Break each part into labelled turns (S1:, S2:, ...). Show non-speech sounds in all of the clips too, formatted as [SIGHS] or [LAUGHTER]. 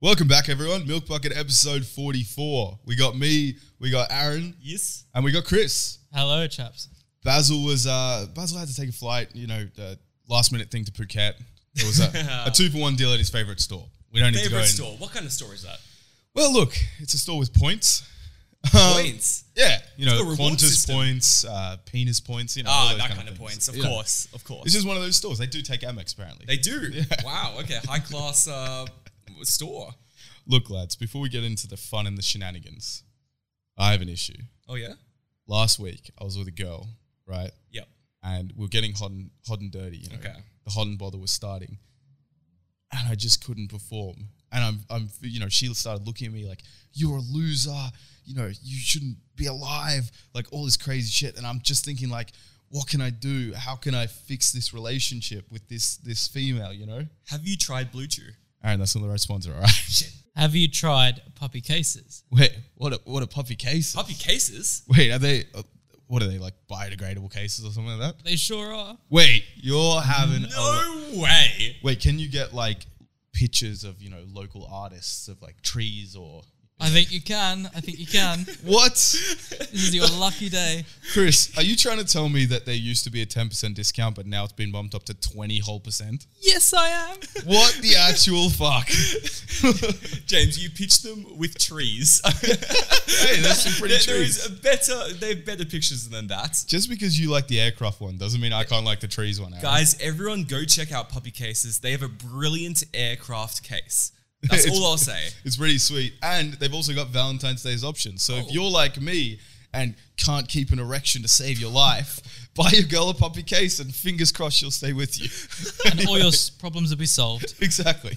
S1: Welcome back, everyone. Milk Bucket episode 44. We got me, we got Aaron,
S2: Yes.
S1: and we got Chris.
S2: Hello, chaps.
S1: Basil was uh, Basil had to take a flight, you know, uh, last minute thing to Phuket. It was a,
S2: [LAUGHS]
S1: a two for one deal at his favorite store. We don't need to go.
S2: Favorite
S1: in-
S2: store. What kind of store is that?
S1: Well, look, it's a store with points. Um,
S2: Points.
S1: Yeah, you know,
S2: got a reward
S1: Qantas
S2: system.
S1: points, uh, penis points. You know, all
S2: Ah,
S1: those
S2: that kind
S1: things.
S2: of, points. Of
S1: Yeah.
S2: course, of
S1: It's
S2: course.
S1: just one of those stores. They do take Amex, apparently.
S2: They do. Wow. Okay. High class uh, store.
S1: Look, lads, before we get into the fun and the shenanigans, I have an issue.
S2: Oh yeah.
S1: Last week, I was with a girl, right?
S2: Yep.
S1: And we are getting hot and, hot and dirty. You know?
S2: Okay.
S1: The hot and bother was starting. And I just couldn't perform. And I'm, I'm, you know, she started looking at me like, you're a loser. You know, you shouldn't be alive. Like all this crazy shit. And I'm just thinking, like, what can I do? How can I fix this relationship with this this female, you know?
S2: Have you tried Blue Chew?
S1: Aaron, that's not the right sponsor, all right?
S3: Have you tried puppy cases?
S1: [LAUGHS] Wait, what a what a puppy case?
S2: Puppy cases.
S1: Wait, are they? uh, What are they like biodegradable cases or something like that?
S3: They sure are.
S1: Wait, you're having a lo-
S2: No way.
S1: [LAUGHS] wait. Can you get like pictures of you know local artists of like trees or
S3: I think you can. I think you can.
S1: what?
S3: This is your lucky day.
S1: Chris, are you trying to tell me that there used to be a ten percent discount, but now it's been bumped up to twenty whole percent?
S3: Yes, I am.
S1: What the [LAUGHS] actual fuck?
S2: James, you pitched them
S1: [LAUGHS]
S2: with trees.
S1: hey, that's some pretty
S2: there, there
S1: trees.
S2: is a better. They have better pictures than that.
S1: Just because you like the aircraft one doesn't mean I can't like the trees one. Aaron.
S2: Guys, everyone go check out Puppy Cases. They have a brilliant aircraft case. That's
S1: [LAUGHS] It's-
S2: all I'll say.
S1: It's pretty sweet. And they've also got Valentine's Day's options. So
S3: Oh.
S1: if you're like me and can't keep an erection to save your life, [LAUGHS] buy your girl a puppy case and fingers crossed she'll stay with you.
S3: [LAUGHS] And all your s- problems will be solved.
S1: [LAUGHS] exactly.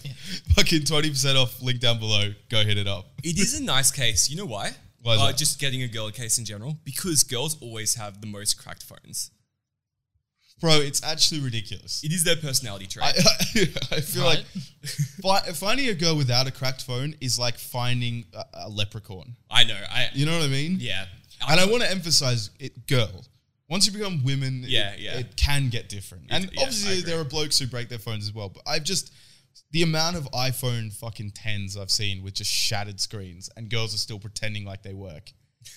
S1: Fucking 20% off, link down below. Go hit it up.
S2: It is a nice case. You know why?
S1: Why is
S2: uh,
S1: that?
S2: Just getting a girl a case in general because girls always have the most cracked phones.
S1: Bro, it's actually ridiculous. [LAUGHS]
S2: It is their personality trait.
S1: I, I feel
S3: Right?
S1: like [LAUGHS] fi- finding a girl without a cracked phone is like finding a, a leprechaun.
S2: I know. I
S1: You know what I mean?
S2: yeah.
S1: And I want to emphasize it, girl. Once you become women, it-
S2: Yeah,
S1: it,
S2: yeah.
S1: can get different. And
S2: yeah, I
S1: obviously,
S2: agree.
S1: there are blokes who break their phones as well. But I've just the amount of iPhone fucking tens I've seen with just shattered screens, and girls are still pretending like they work.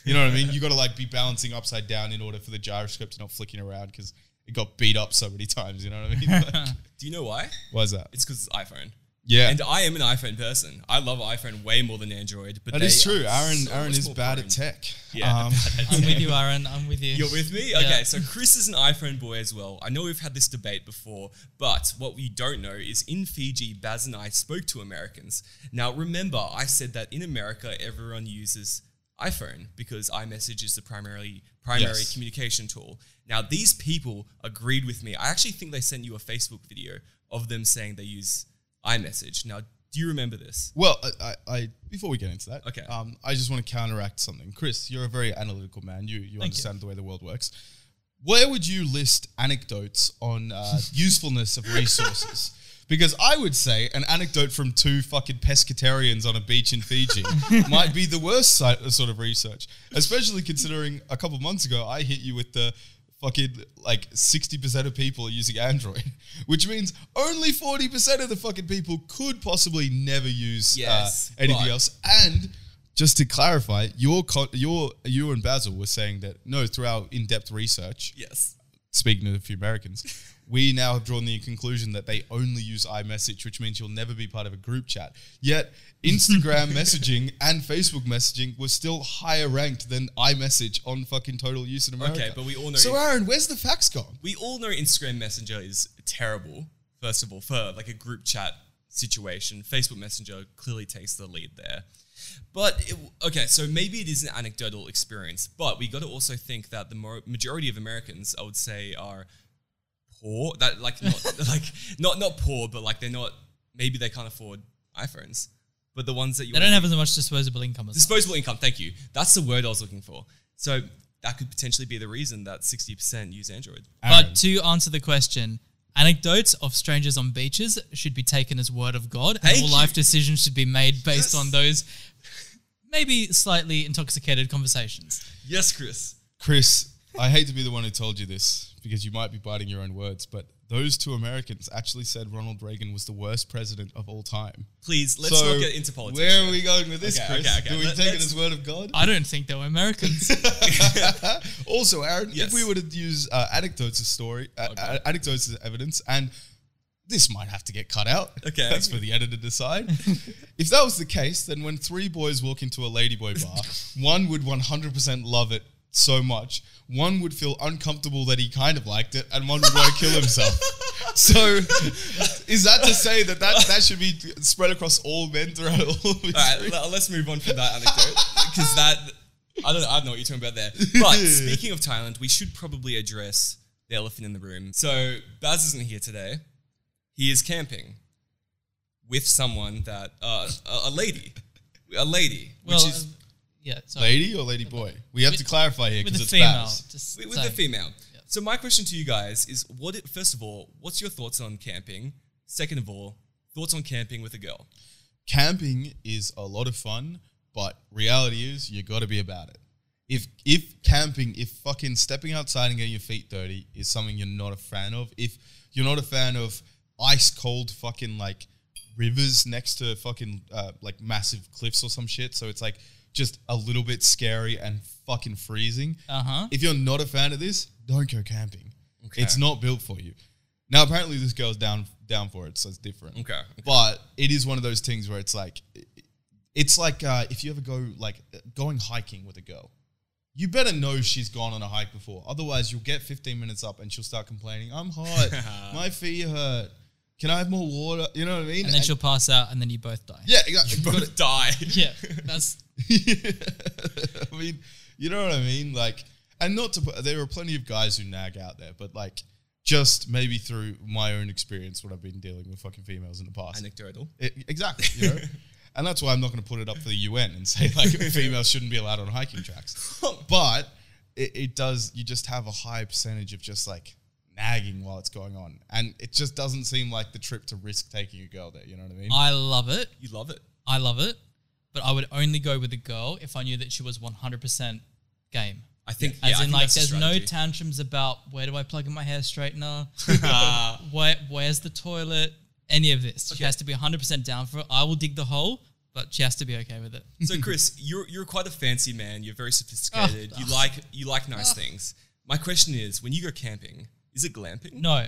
S1: You know what
S2: [LAUGHS]
S1: I mean? You got to like be balancing upside down in order for the gyroscope to not flicking around because it got beat up so many [LAUGHS] times. You know what I
S2: [LAUGHS]
S1: mean? Like,
S2: Do you know why?
S1: why's that?
S2: It's because it's iPhone.
S1: Yeah,
S2: And I am an iPhone person. I love iPhone way more than Android. But
S1: that is
S2: they are
S1: true. Aaron,
S2: so
S1: Aaron
S2: much
S1: is
S2: more
S1: bad
S2: prone.
S1: at tech.
S2: Yeah, [LAUGHS]
S1: Um,
S3: I'm with you, Aaron. I'm with you.
S2: You're with me?
S3: Yeah.
S2: Okay, so Chris is an iPhone boy as well. I know we've had this debate before, but what we don't know is in Fiji, Baz and I spoke to Americans. Now, remember, I said that in America, everyone uses iPhone because iMessage is the primarily primary
S1: Yes.
S2: communication tool. Now, these people agreed with me. I actually think they sent you a Facebook video of them saying they use iMessage. Now, do you remember this?
S1: Well, I, I, I before we get into that,
S2: Okay.
S1: Um, I just want to counteract something, Chris. You're a very analytical man. You you
S3: you.
S1: understand the way the world works. Where would you list anecdotes on
S2: [LAUGHS]
S1: uh, usefulness of resources? Because I would say an anecdote from two fucking pescatarians on a beach in
S2: [LAUGHS]
S1: Fiji might be the worst si- sort of research, especially considering a couple months ago I hit you with the fucking like 60% of people are using Android, [LAUGHS] which means only 40% of the fucking people could possibly never use
S2: Yes,
S1: uh, anything
S2: but-
S1: else. And just to clarify, your co- your you and Basil were saying that no, through our in-depth research,
S2: Yes.
S1: speaking of a few Americans, we now have drawn the conclusion that they only use iMessage, which means you'll never be part of a group chat. Yet
S2: [LAUGHS]
S1: Instagram messaging and Facebook messaging were still higher ranked than iMessage on fucking total use in America.
S2: Okay, but we all know
S1: So Aaron, where's the facts gone?
S2: we all know Instagram Messenger is terrible. First of all, for like a group chat situation, Facebook Messenger clearly takes the lead there. But it, okay, so maybe it is an anecdotal experience, but we got to also think that the mo- majority of Americans, I would say, are poor. That like [LAUGHS] not like not not poor, but like they're not. Maybe they can't afford iPhones, but the ones that you
S3: They don't have as much disposable income as
S2: disposable income. Thank you. That's the word I was looking for. So that could potentially be the reason that sixty percent use Android.
S1: Aaron.
S3: But to answer the question, anecdotes of strangers on beaches should be taken as word of God, and
S2: Thank
S3: all
S2: you.
S3: life decisions should be made
S2: Yes.
S3: based on those maybe slightly intoxicated conversations.
S2: Yes, Chris.
S1: Chris, I hate to be the one who told you this because you might be biting your own words, but those two Americans actually said Ronald Reagan was the worst president of all time.
S2: Please, let's
S1: So,
S2: not get into politics.
S1: Where are we going with this,
S2: Okay,
S1: Chris?
S2: okay, okay.
S1: Do we
S2: Let-
S1: take it
S2: let's-
S1: as word of God?
S3: I don't think they
S2: [LAUGHS]
S3: were Americans.
S1: also, Aaron,
S2: Yes.
S1: if we were to use uh, anecdotes as story, uh, uh, anecdotes as evidence, and this might have to get cut out.
S2: Okay.
S1: that's for the editor to decide. if that was the case, then when three boys walk into a ladyboy bar, one would one hundred percent love it so much, one would feel uncomfortable that he kind of liked it, and one would want to kill himself. So, is that to say that that, that should be spread across all men throughout all of history?
S2: All right, le- let's move on from that anecdote because that I don't know, I don't know what you're talking about there.
S1: [LAUGHS]
S2: But speaking of Thailand, we should probably address the elephant in the room. So Baz isn't here today. He is camping with someone that uh, a, a lady, a lady, which
S3: well,
S2: is
S3: uh, yeah, sorry.
S1: Lady or lady boy? We have to clarify here
S3: with a
S1: because it's
S3: female.
S1: Babs.
S3: Just
S2: with, with the
S3: saying.
S2: female. So my question to you guys is: What? It, first of all, what's your thoughts on camping? Second of all, thoughts on camping with a girl?
S1: camping is a lot of fun, but reality is you got to be about it. If if camping, if fucking stepping outside and getting your feet dirty is something you're not a fan of, if you're not a fan of ice cold fucking like rivers next to fucking uh, like massive cliffs or some shit, so it's like just a little bit scary and fucking freezing.
S3: Uh-huh.
S1: If you're not a fan of this, don't go camping. It's not built for you. Now apparently this girl's down down for it, so it's different.
S2: Okay, okay.
S1: But it is one of those things where it's like it's like uh, if you ever go like going hiking with a girl. You better know she's gone on a hike before. Otherwise, you'll get 15 minutes up and she'll start complaining, "I'm
S3: [LAUGHS]
S1: hot. my feet hurt. Can I have more water?" You know what I mean?
S3: And then she'll pass out, and then you both die.
S1: yeah, you [LAUGHS] got- you gotta-
S2: Both die.
S3: [LAUGHS] Yeah, that's
S1: [LAUGHS] I mean, you know what I mean? Like, and not to put, there are plenty of guys who nag out there, but like, just maybe through my own experience, what I've been dealing with fucking females in the past.
S2: Anecdotal.
S1: E- exactly. You
S3: [LAUGHS]
S1: know? and that's why I'm not going to put it up for the UN and say like females shouldn't be allowed on hiking
S3: [LAUGHS]
S1: tracks. But it, it does, you just have a high percentage of just like, nagging while it's going on and it just doesn't seem like the trip to risk taking a girl there you know what i mean
S3: [LAUGHS] I love it.
S2: You love it.
S3: I love it, but I would only go with a girl if I knew that she was 100% game.
S2: I think. yeah,
S3: As
S2: I
S3: in,
S2: think
S3: like,
S2: that's a
S3: there's no
S2: strategy.
S3: tantrums about where do I plug in my
S2: [LAUGHS]
S3: hair straightener, where where's the toilet, any of this. She has to be 100% down for it. I will dig the hole, but she has to be okay with it.
S2: So Chris, you're you're quite a fancy man. You're very sophisticated.
S3: Oh,
S2: you like you like nice things. My question is, when you go camping, is it glamping?
S3: No,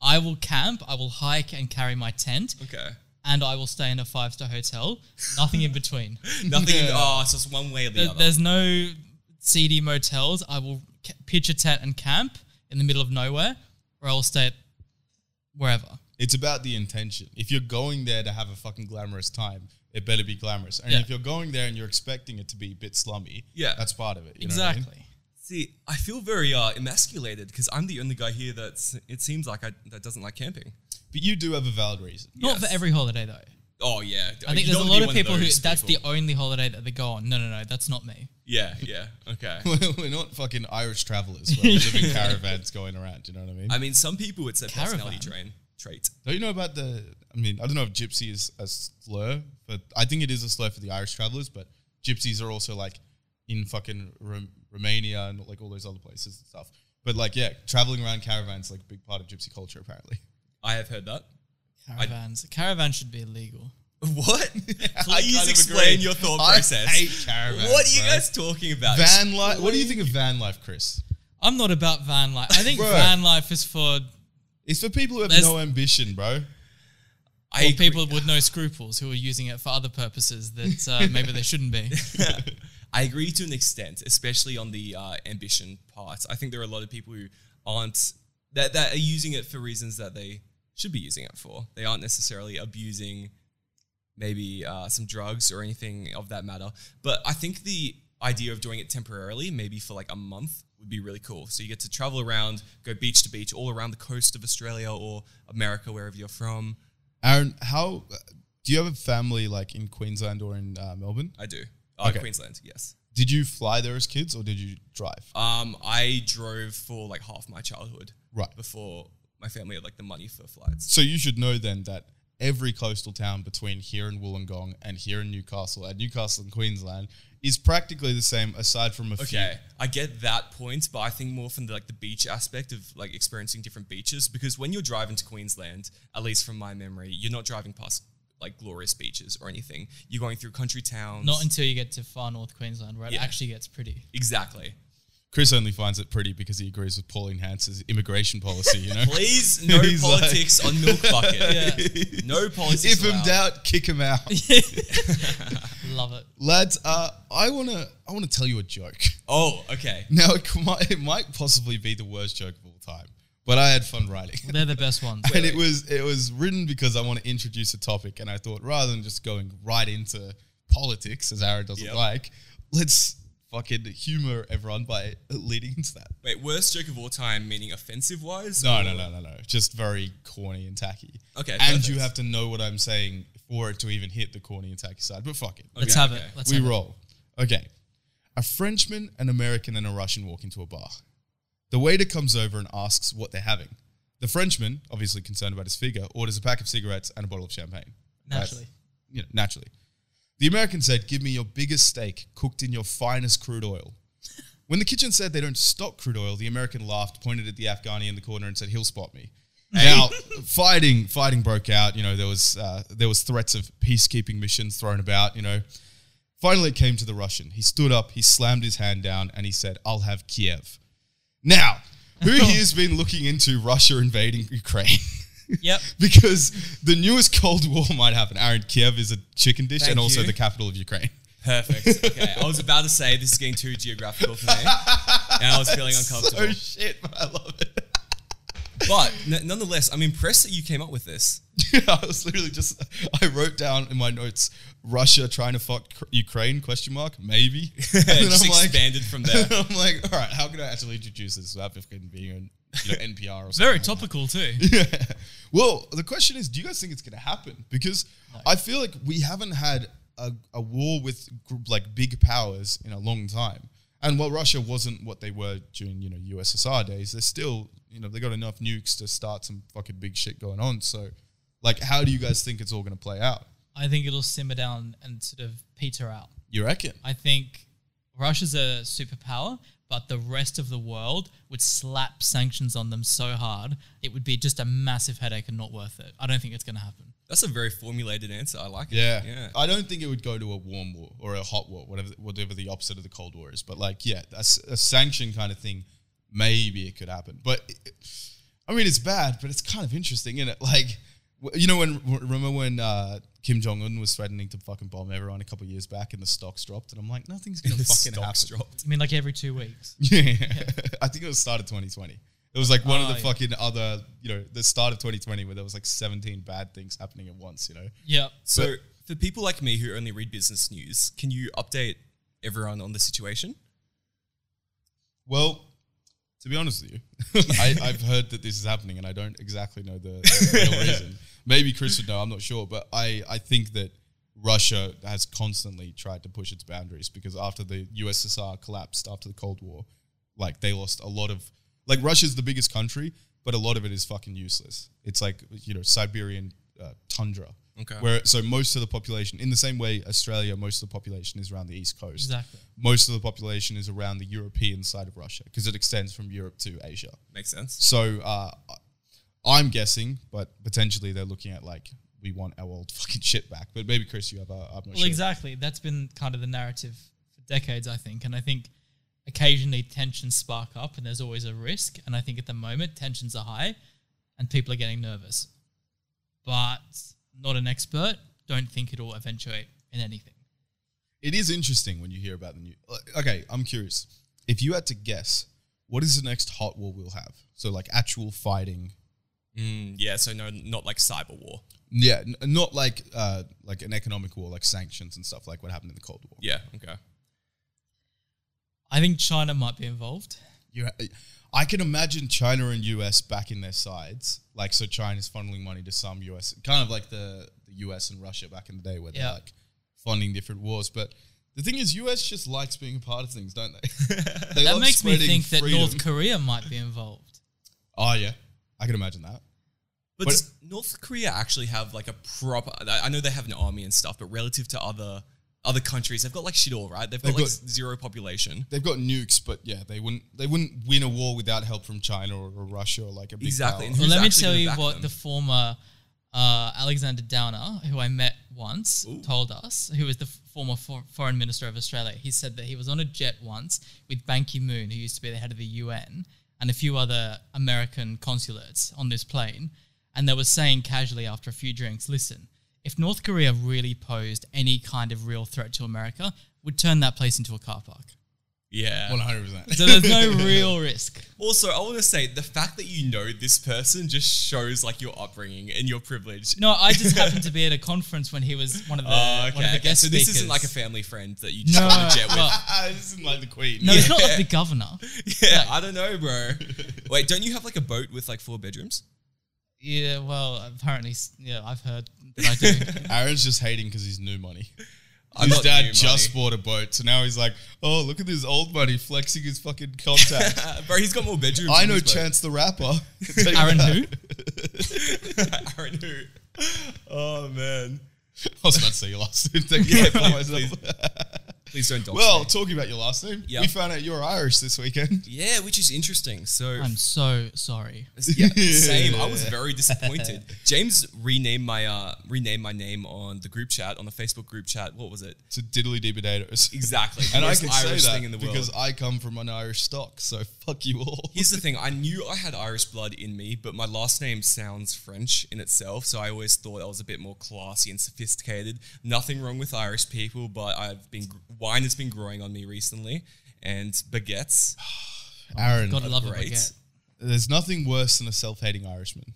S3: I will camp, I will hike and carry my tent,
S2: Okay.
S3: and I will stay in a five star hotel. Nothing
S2: [LAUGHS]
S3: in between.
S2: Nothing.
S3: [LAUGHS]
S2: in
S1: Yeah.
S2: Oh, it's just one way or the
S3: There-
S2: other.
S3: there's no seedy motels. I will ca- pitch a tent and camp in the middle of nowhere, or I'll stay at wherever.
S1: It's about the intention. If you're going there to have a fucking glamorous time, it better be glamorous. And
S3: Yeah.
S1: if you're going there and you're expecting it to be a bit slummy,
S2: Yeah.
S1: that's part of it. you know what I mean?
S3: Exactly.
S2: See, I feel very uh, emasculated because I'm the only guy here that's. It seems like I that doesn't like camping.
S1: But you do have a valid reason.
S2: Yes.
S3: Not for every holiday though.
S2: Oh yeah.
S3: I think there's a lot of people who that's the only holiday that they go on. No, no, no, that's not me.
S2: Yeah. Yeah.
S3: [LAUGHS]
S2: Okay.
S1: [LAUGHS] We're not fucking Irish travelers. We're living caravans going around. You know what I mean?
S2: I mean, some people it's a personality train
S3: Caravan.
S2: trait.
S1: don't you know about the? I mean, I don't know if gypsy is a slur, but I think it is a slur for the Irish travelers. But gypsies are also like in fucking Rom- Romania and like all those other places and stuff. But like, yeah, traveling around caravans is like a big part of gypsy culture
S2: [LAUGHS]
S1: apparently.
S2: I have heard that. [LAUGHS]
S3: Caravans. Caravan should be illegal. [LAUGHS]
S2: What?
S1: I kind
S2: Please
S1: of
S2: explain
S1: agree.
S2: your thought
S1: I
S2: process.
S1: hate caravans,
S2: What are you
S1: bro.
S2: guys talking about?
S1: Van life. What do you think of van life, Chris?
S3: I'm not about van life. I think
S1: Bro.
S3: van life is for
S1: It's for people who have
S3: There's-
S1: no ambition, bro.
S2: [LAUGHS] I
S3: for
S2: agree.
S3: people with no scruples who are using it for other purposes that uh, maybe they shouldn't be.
S2: [LAUGHS] I agree to an extent, especially on the uh, ambition part. I think there are a lot of people who aren't that that are using it for reasons that they should be using it for. They aren't necessarily abusing maybe uh, some drugs or anything of that matter. But I think the idea of doing it temporarily, maybe for like a month, would be really cool. So you get to travel around, go beach to beach, all around the coast of Australia or America, wherever you're from.
S1: Aaron, how do you have a family like in Queensland or in uh, Melbourne?
S2: I do. Uh,
S1: Okay.
S2: Queensland, yes.
S1: Did you fly there as kids or did you drive?
S2: Um, I drove for like half my childhood.
S1: Right.
S2: Before my family had like the money for flights.
S1: So you should know then that every coastal town between here and Wollongong and here in Newcastle and Newcastle and Queensland is practically the same aside from a few.
S2: Okay, I get that point, but I think more from the, like the beach aspect of like experiencing different beaches because when you're driving to Queensland, at least from my memory, you're not driving past like glorious beaches or anything. You're going through country towns.
S3: Not until you get to far north Queensland where it
S2: Yeah.
S3: actually gets pretty.
S2: exactly.
S1: Chris only finds it pretty because he agrees with Pauline Hans's immigration policy, you know? [LAUGHS]
S2: Please, no
S1: He's like-
S2: politics on
S1: [LAUGHS]
S2: milk bucket.
S3: Yeah.
S2: No politics.
S1: if in
S2: allowed.
S1: doubt, kick him out.
S3: Love it.
S1: Lads, uh, I wanna I wanna tell you a joke. [LAUGHS]
S2: Oh, okay.
S1: Now it might, it might possibly be the worst joke of all time, but I had fun writing. it.
S3: They're the
S1: [LAUGHS]
S3: best ones.
S1: and it was it was written because I want to introduce a topic, and I thought rather than just going right into politics as Aaron doesn't
S2: Yep.
S1: like, let's fucking humor everyone by leading into that.
S2: Wait, worst joke of all time, meaning offensive wise?
S1: No, no, no, no, no. Just very corny and tacky.
S2: Okay,
S1: and
S2: perfect.
S1: you have to know what I'm saying for it to even hit the corny and tacky side. But fuck it,
S3: Let's
S2: Okay,
S3: have it.
S2: okay.
S3: Let's
S1: we
S3: have it.
S1: roll. Okay, a Frenchman, an American, and a Russian walk into a bar. The waiter comes over and asks what they're having. The Frenchman, obviously concerned about his figure, orders a pack of cigarettes and a bottle of champagne.
S3: Naturally.
S1: you know, naturally. The American said, Give me your biggest steak cooked in your finest crude oil. When the kitchen said they don't stock crude oil, the American laughed, pointed at the Afghani in the corner, and said, He'll spot me. Now, fighting, fighting broke out. You know, there was uh, there was threats of peacekeeping missions thrown about. You know, finally it came to the Russian. He stood up, he slammed his hand down, and he said, "I'll have Kiev." Now, who here's been looking into Russia invading Ukraine?
S3: Yep.
S1: [LAUGHS] because the newest Cold War [LAUGHS] might happen. Aaron, Kiev is a chicken dish
S2: Thank
S1: and also
S2: you.
S1: the capital of Ukraine.
S2: Perfect. Okay, I was about to say this is getting too
S1: [LAUGHS]
S2: geographical for me, and I was feeling
S1: So [LAUGHS]
S2: uncomfortable.
S1: shit, but I love [LAUGHS] it.
S2: but n- nonetheless, I'm impressed that you came up with
S1: [LAUGHS]
S2: this.
S1: I was literally just I wrote down in my notes Russia trying to fuck Cr- Ukraine question mark maybe [LAUGHS] and
S2: And
S1: then
S2: just
S1: I'm like
S2: expanded from there.
S1: [LAUGHS] I'm like all right how can I actually introduce this without fucking being on you know, NPR or something
S3: Very
S1: like that?
S3: topical too.
S1: Yeah. Well, the question is, do you guys think it's going to happen? Because I feel like we haven't had a, a war with gr- like big powers in a long time. And while Russia wasn't what they were during you know USSR days, they're still you know they got enough nukes to start some fucking big shit going on. So, like, how do you guys think it's all going to play out?
S3: I think it'll simmer down and sort of peter out.
S1: You reckon?
S3: I think Russia's a superpower, but the rest of the world would slap sanctions on them so hard it would be just a massive headache and not worth it. I don't think it's going to happen.
S2: That's a very formulated answer. I like it.
S1: Yeah. Oh,
S2: Yeah.
S1: I don't think it would go to a warm war or a hot war, whatever whatever the opposite of the Cold War is. But like, yeah, a, s- a sanction kind of thing, maybe it could happen. But it- I mean, it's bad, but it's kind of interesting, isn't it? Like, w- you know, when w- remember when uh, Kim Jong Un was threatening to fucking bomb everyone a couple of years back, and the stocks dropped, and I'm like, nothing's gonna
S2: [LAUGHS] The
S1: fucking
S2: stocks
S1: happen.
S2: dropped.
S3: I mean, like every two weeks.
S1: [LAUGHS] Yeah. I think it was start of 2020. It was like one of the
S3: Ah, yeah.
S1: fucking other, you know, the start of 2020 where there was like 17 bad things happening at once, you know.
S3: Yeah.
S2: So for people like me who only read business news, can you update everyone on the situation?
S1: Well, to be honest with you, I, I've heard that this is happening, and I don't exactly know the, the real reason. Maybe Chris would know. I'm not sure, but I, I think that Russia has constantly tried to push its boundaries because after the USSR collapsed after the Cold War, like they lost a lot of like Russia's the biggest country, but a lot of it is fucking useless. It's like you know Siberian uh, tundra.
S2: Okay.
S1: Where so most of the population, in the same way Australia, most of the population is around the east coast
S3: Exactly.
S1: most of the population is around the European side of Russia because it extends from Europe to Asia.
S2: Makes sense.
S1: So uh, I'm guessing, but potentially they're looking at like we want our old [LAUGHS] fucking shit back. But maybe Chris, you have a I'm not
S3: Well,
S1: sure.
S3: exactly. That's been kind of the narrative for decades, I think. And I think occasionally tensions spark up and there's always a risk. And I think at the moment, tensions are high and people are getting nervous. But not an expert, don't think it'll eventuate in anything.
S1: It is interesting when you hear about the new. uh, Okay, I'm curious. If you had to guess, what is the next hot war we'll have? So like actual fighting.
S2: Mm, yeah. So no, not like cyber war.
S1: Yeah, n- not like uh, like an economic war, like sanctions and stuff, like what happened in the Cold War.
S2: Yeah. Okay.
S3: I think China might be involved.
S1: you I can imagine China and US back in their sides. Like so China's funneling money to some US kind of like the, the US and Russia back in the day where they're
S3: Yeah.
S1: like funding different wars. But the thing is US just likes being a part of things, don't
S3: [LAUGHS]
S1: they? They
S3: That
S1: love
S3: makes me
S1: spreading
S3: think that
S1: freedom.
S3: North Korea might be involved.
S1: Oh yeah. I can imagine that.
S2: But,
S1: But-
S2: does North Korea actually have like a proper? I I know they have an army and stuff, but relative to other other countries, they've got like shit all right. They've got
S1: They've
S2: like
S1: got-
S2: zero population.
S1: They've got nukes, but yeah, they wouldn't they wouldn't win a war without help from China or, or Russia or like a big
S2: Exactly.
S1: power. [LAUGHS]
S3: Well,
S2: Who's
S3: let me
S2: actually
S3: tell
S2: gonna
S3: you
S2: back
S3: what
S2: them?
S3: the former uh, Alexander Downer, who I met once, told us, who was the f- former for- foreign minister of Australia. He said that he was on a jet once with Ban Ki moon, who used to be the head of the UN, and a few other American consulates on this plane. And they were saying casually after a few drinks, listen, if North Korea really posed any kind of real threat to America, would turn that place into a car park.
S2: Yeah.
S1: One hundred percent.
S3: So there's
S2: [LAUGHS]
S3: no real risk.
S2: also, I want to say the fact that you know this person just shows like your upbringing and your privilege.
S3: No, I just happened to be at a conference when he was one of the,
S2: [LAUGHS] Oh,
S3: one of
S2: okay.
S3: the
S2: okay.
S3: guest
S2: So
S3: speakers.
S2: this isn't like a family friend that you just
S3: No,
S2: got on a jet with.
S1: [LAUGHS]
S3: well,
S1: this isn't like the Queen.
S3: no, it's not
S2: Yeah.
S3: like the governor.
S2: [LAUGHS] yeah, I don't
S1: [LAUGHS]
S2: know, bro. Wait, don't you have like a boat with like four bedrooms?
S3: Yeah, well, apparently, s- yeah, I've heard that I do.
S1: Aaron's just hating because he's new money.
S2: I'm
S1: his
S2: not
S1: dad
S2: new
S1: just
S2: [LAUGHS] money.
S1: bought a boat, so now he's like, "Oh, look at this old money flexing his fucking contacts."
S2: [LAUGHS] Uh, bro, he's got more bedrooms.
S1: I
S2: than
S1: know
S2: his boat.
S1: Chance the Rapper.
S2: [LAUGHS]
S3: Aaron
S1: [LAUGHS]
S3: who?
S2: Aaron who? Oh man.
S1: I was about to say your last
S2: [LAUGHS]
S1: name.
S2: Yeah,
S1: yeah,
S2: please, please, please don't dox
S1: Well,
S2: me.
S1: talking about your last name,
S2: Yeah.
S1: we found out you're Irish this weekend.
S2: Yeah, which is interesting. So
S3: I'm so
S2: [LAUGHS]
S3: sorry.
S1: [LAUGHS]
S2: yeah, same. I was very disappointed. James renamed my uh renamed my name on the group chat on the Facebook group chat. What was it?
S1: To diddly dee potatoes.
S2: Exactly.
S1: And I
S2: Worst
S1: can
S2: Irish
S1: say that
S2: thing in the world.
S1: because I come from an Irish stock, so fuck you all.
S2: Here's the thing. I knew I had Irish blood in me, but my last name sounds French in itself, so I always thought I was a bit more classy and sophisticated. Nothing wrong with Irish people, but I've been wine has been growing on me recently, and baguettes.
S1: [LAUGHS] Aaron,
S3: God, I love
S2: great.
S3: it. Baguette.
S1: there's nothing worse than a self-hating Irishman.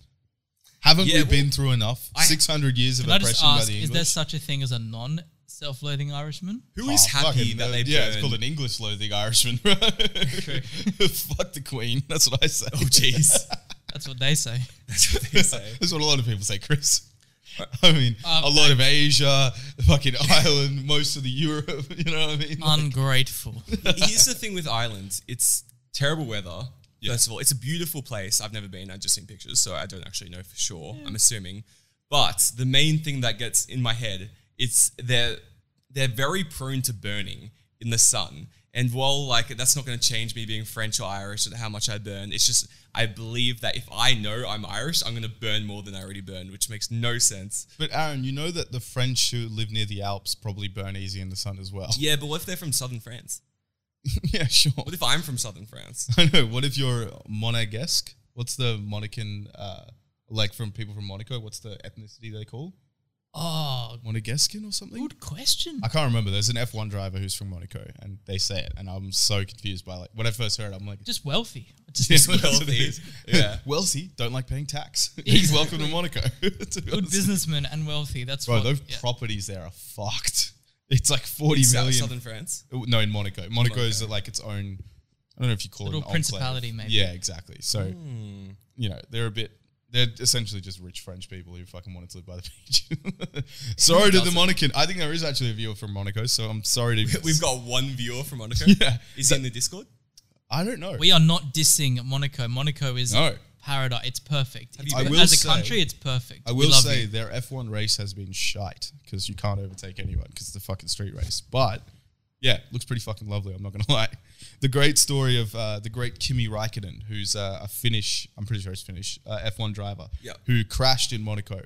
S1: Haven't
S2: Yeah,
S1: we
S2: well,
S1: been through enough?
S2: I-
S1: 600 years of
S3: Can I
S1: oppression
S3: just
S1: by
S3: ask,
S1: the
S3: is
S1: English.
S3: there such a thing as a non self loathing Irishman?
S2: Who is
S1: Oh,
S2: happy
S1: fucking
S2: that
S1: no.
S2: they
S1: Yeah, it's called
S2: burn-
S1: an English loathing Irishman. [LAUGHS] True. Fuck the Queen. That's what I say.
S2: Oh jeez,
S3: That's what
S2: [LAUGHS]
S3: they say. [LAUGHS]
S2: that's what they say.
S1: [LAUGHS] That's what a lot of people say, Chris. I mean,
S3: Um,
S1: a lot of Asia, fucking [LAUGHS] Ireland, most of the Europe. [LAUGHS] You know what I mean?
S2: Um, [LAUGHS]
S3: Ungrateful.
S2: Here's the thing with Ireland. It's terrible weather.
S1: Yeah.
S2: First of all, it's a beautiful place. I've never been. I've just seen pictures, so I don't actually know for sure. I'm assuming. But the main thing that gets in my head, it's they're they're very prone to burning in the sun. And while like that's not going to change me being French or Irish and how much I burn, it's just I believe that if I know I'm Irish, I'm going to burn more than I already burned, which makes no sense.
S1: but Aaron, you know that the French who live near the Alps probably burn easy in the sun as well.
S2: Yeah, but what if they're from southern France?
S1: [LAUGHS] yeah sure.
S2: What if I'm from southern France?
S1: I know. What if you're Monegasque? What's the Monacan, uh, like from people from Monaco? What's the ethnicity they call?
S3: Oh,
S1: Monegascan or something?
S3: good question.
S1: I can't remember. There's an F1 driver who's from Monaco, and they say it, and I'm so confused by like when I first heard. it, I'm like, [LAUGHS]
S2: [LAUGHS]
S3: Just wealthy. Just [LAUGHS]
S1: "Yes,
S2: wealthy."
S1: that's what it is." [LAUGHS]
S2: Yeah.
S1: wealthy don't like paying tax. [LAUGHS] He's welcome to Monaco. [LAUGHS] to be
S3: good
S1: honest.
S3: businessman and wealthy. That's
S1: Bro,
S3: what.
S1: those
S3: yeah.
S1: properties there are fucked. [LAUGHS] It's like forty
S2: Sou-
S1: million. Oh,
S2: Southern France.
S1: No, in Monaco. Monaco, is
S2: Monaco.
S1: like its own. I don't know if you call it
S3: Little
S1: an enclave.
S3: principality, maybe. Hmm.
S1: Yeah, exactly. So you know they're a bit. They're essentially just rich French people who fucking wanted to live by the beach. [LAUGHS] sorry to the
S2: doesn't?
S1: Monacan. I think there is actually a viewer from Monaco, so I'm sorry to.
S2: We've got one viewer from Monaco.
S1: [LAUGHS] Yeah.
S2: Is he in the Discord?
S1: I don't know.
S3: we are not dissing Monaco. Monaco is
S1: No.
S3: paradise. It's perfect.
S2: you
S3: It's-
S1: been- I will
S3: as a
S1: say-
S3: country, it's perfect.
S1: I
S3: We
S1: will
S3: love
S1: say
S3: you.
S1: their F1 race has been shite because you can't overtake anyone because it's a fucking street race. But yeah, looks pretty fucking lovely. I'm not gonna [LAUGHS] lie. The great story of uh, the great Kimi Raikkonen, who's uh, a Finnish, I'm pretty sure he's Finnish, uh, F1 driver,
S2: Yeah.
S1: who crashed in Monaco,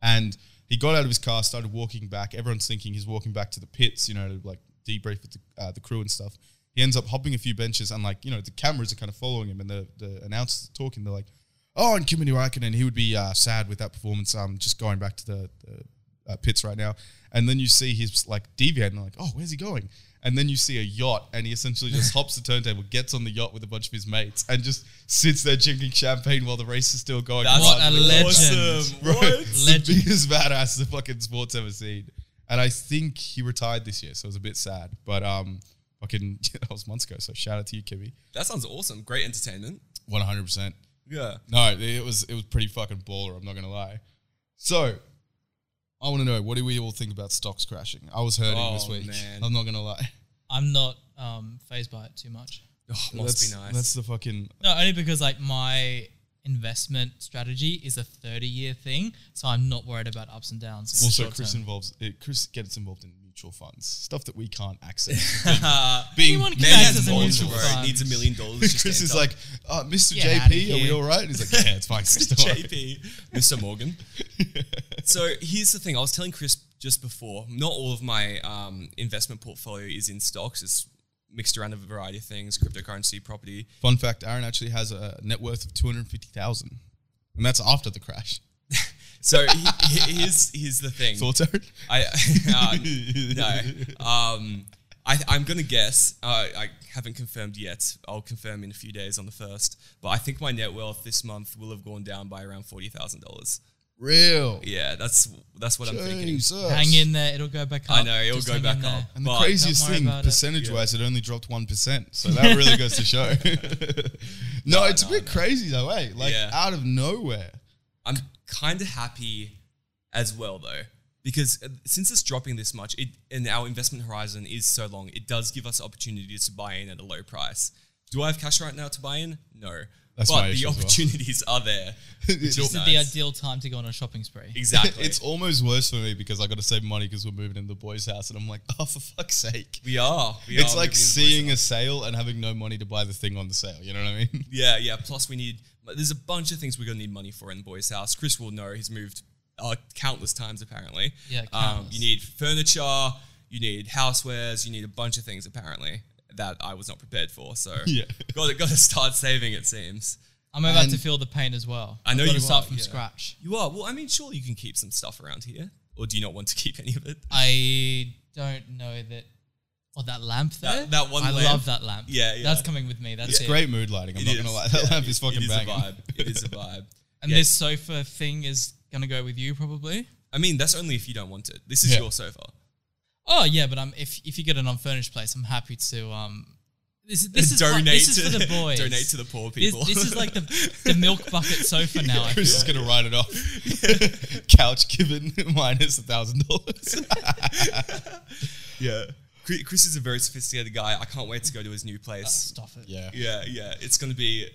S1: and he got out of his car, started walking back. Everyone's thinking he's walking back to the pits, you know, to like debrief with the, uh, the crew and stuff. He ends up hopping a few benches, and like you know, the cameras are kind of following him, and the the announcers are talking. They're like, "Oh, and Kimi Raikkonen, he would be uh, sad with that performance. Um, just going back to the, the uh, pits right now. And then you see he's like deviating, like, oh, where's he going? And then you see a yacht, and he essentially just hops the turntable, gets on the yacht with a bunch of his mates, and just sits there drinking champagne while the race is still going.
S2: That's
S3: What a
S2: fucking
S3: legend.
S2: awesome.
S1: [LAUGHS] Bro,
S2: What?
S1: it's
S3: Legend.
S1: The biggest badass the fucking sport's ever seen. And I think he retired this year, so it was a bit sad. But um, fucking, [LAUGHS] that was months ago. So shout out to you, Kimmy.
S2: That sounds awesome. Great entertainment.
S1: One hundred percent.
S2: Yeah.
S1: No, it was it was pretty fucking baller. I'm not gonna lie. So, I want to know what do we all think about stocks crashing? I was hurting this
S2: Oh,
S1: week.
S2: man.
S1: I'm not gonna lie.
S3: I'm not um, phased by it too much.
S2: Oh, must
S1: that's,
S2: be nice.
S1: That's the fucking
S3: No, only because like my investment strategy is a 30 year thing. So I'm not worried about ups and downs. in the
S1: Also,
S3: short
S1: Chris
S3: term.
S1: involves uh, Chris gets involved in mutual funds, stuff that we can't
S3: [LAUGHS]
S1: access. being
S3: Anyone can
S1: many
S3: access a
S1: involved in
S3: mutual
S1: the road
S3: fund.
S2: needs a million dollars. just
S1: Chris
S2: to
S1: is
S2: enter. [LAUGHS]
S1: like, uh, Mr.
S3: Get outta
S1: JP, are we
S3: here."
S1: all right? And he's like, Yeah, it's fine, Chris. Don't worry."
S2: JP, Mr. Morgan.
S1: [LAUGHS]
S2: so here's the thing. I was telling Chris just before. Not all of my um, investment portfolio is in stocks. It's mixed around a variety of things: cryptocurrency, property.
S1: Fun fact: Aaron actually has a net worth of two hundred fifty thousand, and that's after the crash.
S2: So he, he- here's here's the thing.
S1: Thoughts, Aaron?
S2: I [LAUGHS] um, no. Um, I, I'm gonna guess. Uh, I haven't confirmed yet. I'll confirm in a few days on the first. But I think my net wealth this month will have gone down by around forty thousand dollars.
S1: Real.
S2: Yeah, that's that's what I'm thinking.
S1: Jesus.
S3: Hang in there, it'll go back up.
S2: I know it'll
S3: Just
S2: go
S3: hang
S2: back
S3: in there.
S2: up.
S1: And the
S2: but-
S1: craziest
S3: Don't worry
S1: thing,
S3: about it.
S1: percentage wise, it only dropped one percent. So that really goes to show. no, it's a
S2: no,
S1: bit
S2: no.
S1: crazy though, eh? Like
S2: Yeah.
S1: out of nowhere.
S2: I'm kind of happy as well though because uh, since it's dropping this much it and our investment horizon is so long it does give us opportunities to buy in at a low price do i have cash right now to buy in no
S1: That's my
S2: but the
S1: issue as well.
S2: opportunities
S1: [LAUGHS]
S2: are there
S1: It's-
S2: is
S3: This is
S2: nice.
S3: the ideal time to go on a shopping spree.
S2: exactly
S1: It's almost worse for me because I got to save money because we're moving into the boys' house, and I'm like, oh, for fuck's sake!
S2: we are we
S1: it's
S2: are
S1: like
S2: moving into
S1: seeing
S2: Blizzard.
S1: a sale and having no money to buy the thing on the sale. You know what I mean?
S2: [LAUGHS] yeah yeah plus we need but there's a bunch of things we're gonna need money for in the boys house chris will know he's moved uh, countless times apparently
S3: Yeah,
S2: um,
S3: countless.
S2: you need furniture you need housewares you need a bunch of things apparently that i was not prepared for so
S3: [LAUGHS]
S1: Yeah.
S2: got to got to start saving it seems
S3: I'm about
S1: And-
S3: to feel the pain as well.
S2: I know
S3: I've got
S2: you
S3: to start
S2: are,
S3: from
S2: yeah.
S3: scratch.
S2: you are well i mean surely you can keep some stuff around here or do you not want to keep any of it
S3: I don't know that. Or that lamp
S2: That-
S3: there.
S2: that one
S3: I
S2: lamp.
S3: love that lamp.
S2: Yeah, yeah.
S3: That's coming with me. That's
S1: It's
S3: it.
S1: great mood lighting. I'm
S2: It
S1: not
S2: is,
S1: gonna
S3: [LAUGHS]
S1: lie, [LAUGHS] that
S2: yeah,
S1: lamp
S2: it-
S1: is fucking
S2: it is
S1: banging.
S2: a vibe it is a vibe
S3: And
S2: Yeah.
S3: this sofa thing is gonna go with you probably.
S2: i mean that's only if you don't want it this is
S1: Yeah.
S2: your sofa
S3: Oh yeah, but um, if if you get an unfurnished place, I'm happy to um. This, is- this is
S2: donate
S3: like, this is
S2: to
S3: for the boys.
S2: [LAUGHS] donate to the poor
S3: This,
S2: people
S3: this is like the, the milk bucket sofa now.
S2: [LAUGHS]
S3: I
S1: [LAUGHS] Chris
S3: feel.
S1: is gonna write it off. [LAUGHS] Couch given minus a thousand
S2: [LAUGHS]
S1: dollars.
S2: Yeah. Chri- Chris is a very sophisticated guy. I can't wait to go to his new place.
S3: Stuff it.
S1: Yeah,
S2: yeah, yeah. It's going to be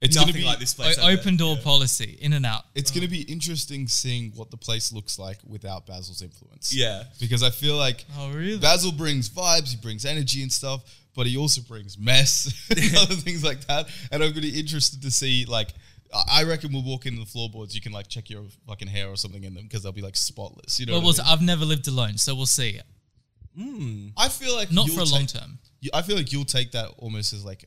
S1: it's
S2: nothing
S1: gonna be
S2: like this place.
S3: O-
S2: out
S3: open
S2: there.
S3: door policy, in and out.
S1: It's gonna be interesting seeing what the place looks like without Basil's influence.
S2: Yeah.
S1: because I feel like
S3: Oh really?
S1: Basil brings vibes, he brings energy and stuff, but he also brings mess [LAUGHS] and other things like that. And I'm gonna be interested to see like. I- I reckon we'll walk into the floorboards. You can like check your fucking hair or something in them because they'll be like spotless. You know,
S3: well,
S1: what
S3: we'll,
S1: I, mean?
S3: I've never lived alone, so we'll see.
S1: I feel like
S3: Not
S1: you'll
S3: for a long
S1: take-
S3: term.
S1: you- I feel like you'll take that almost as like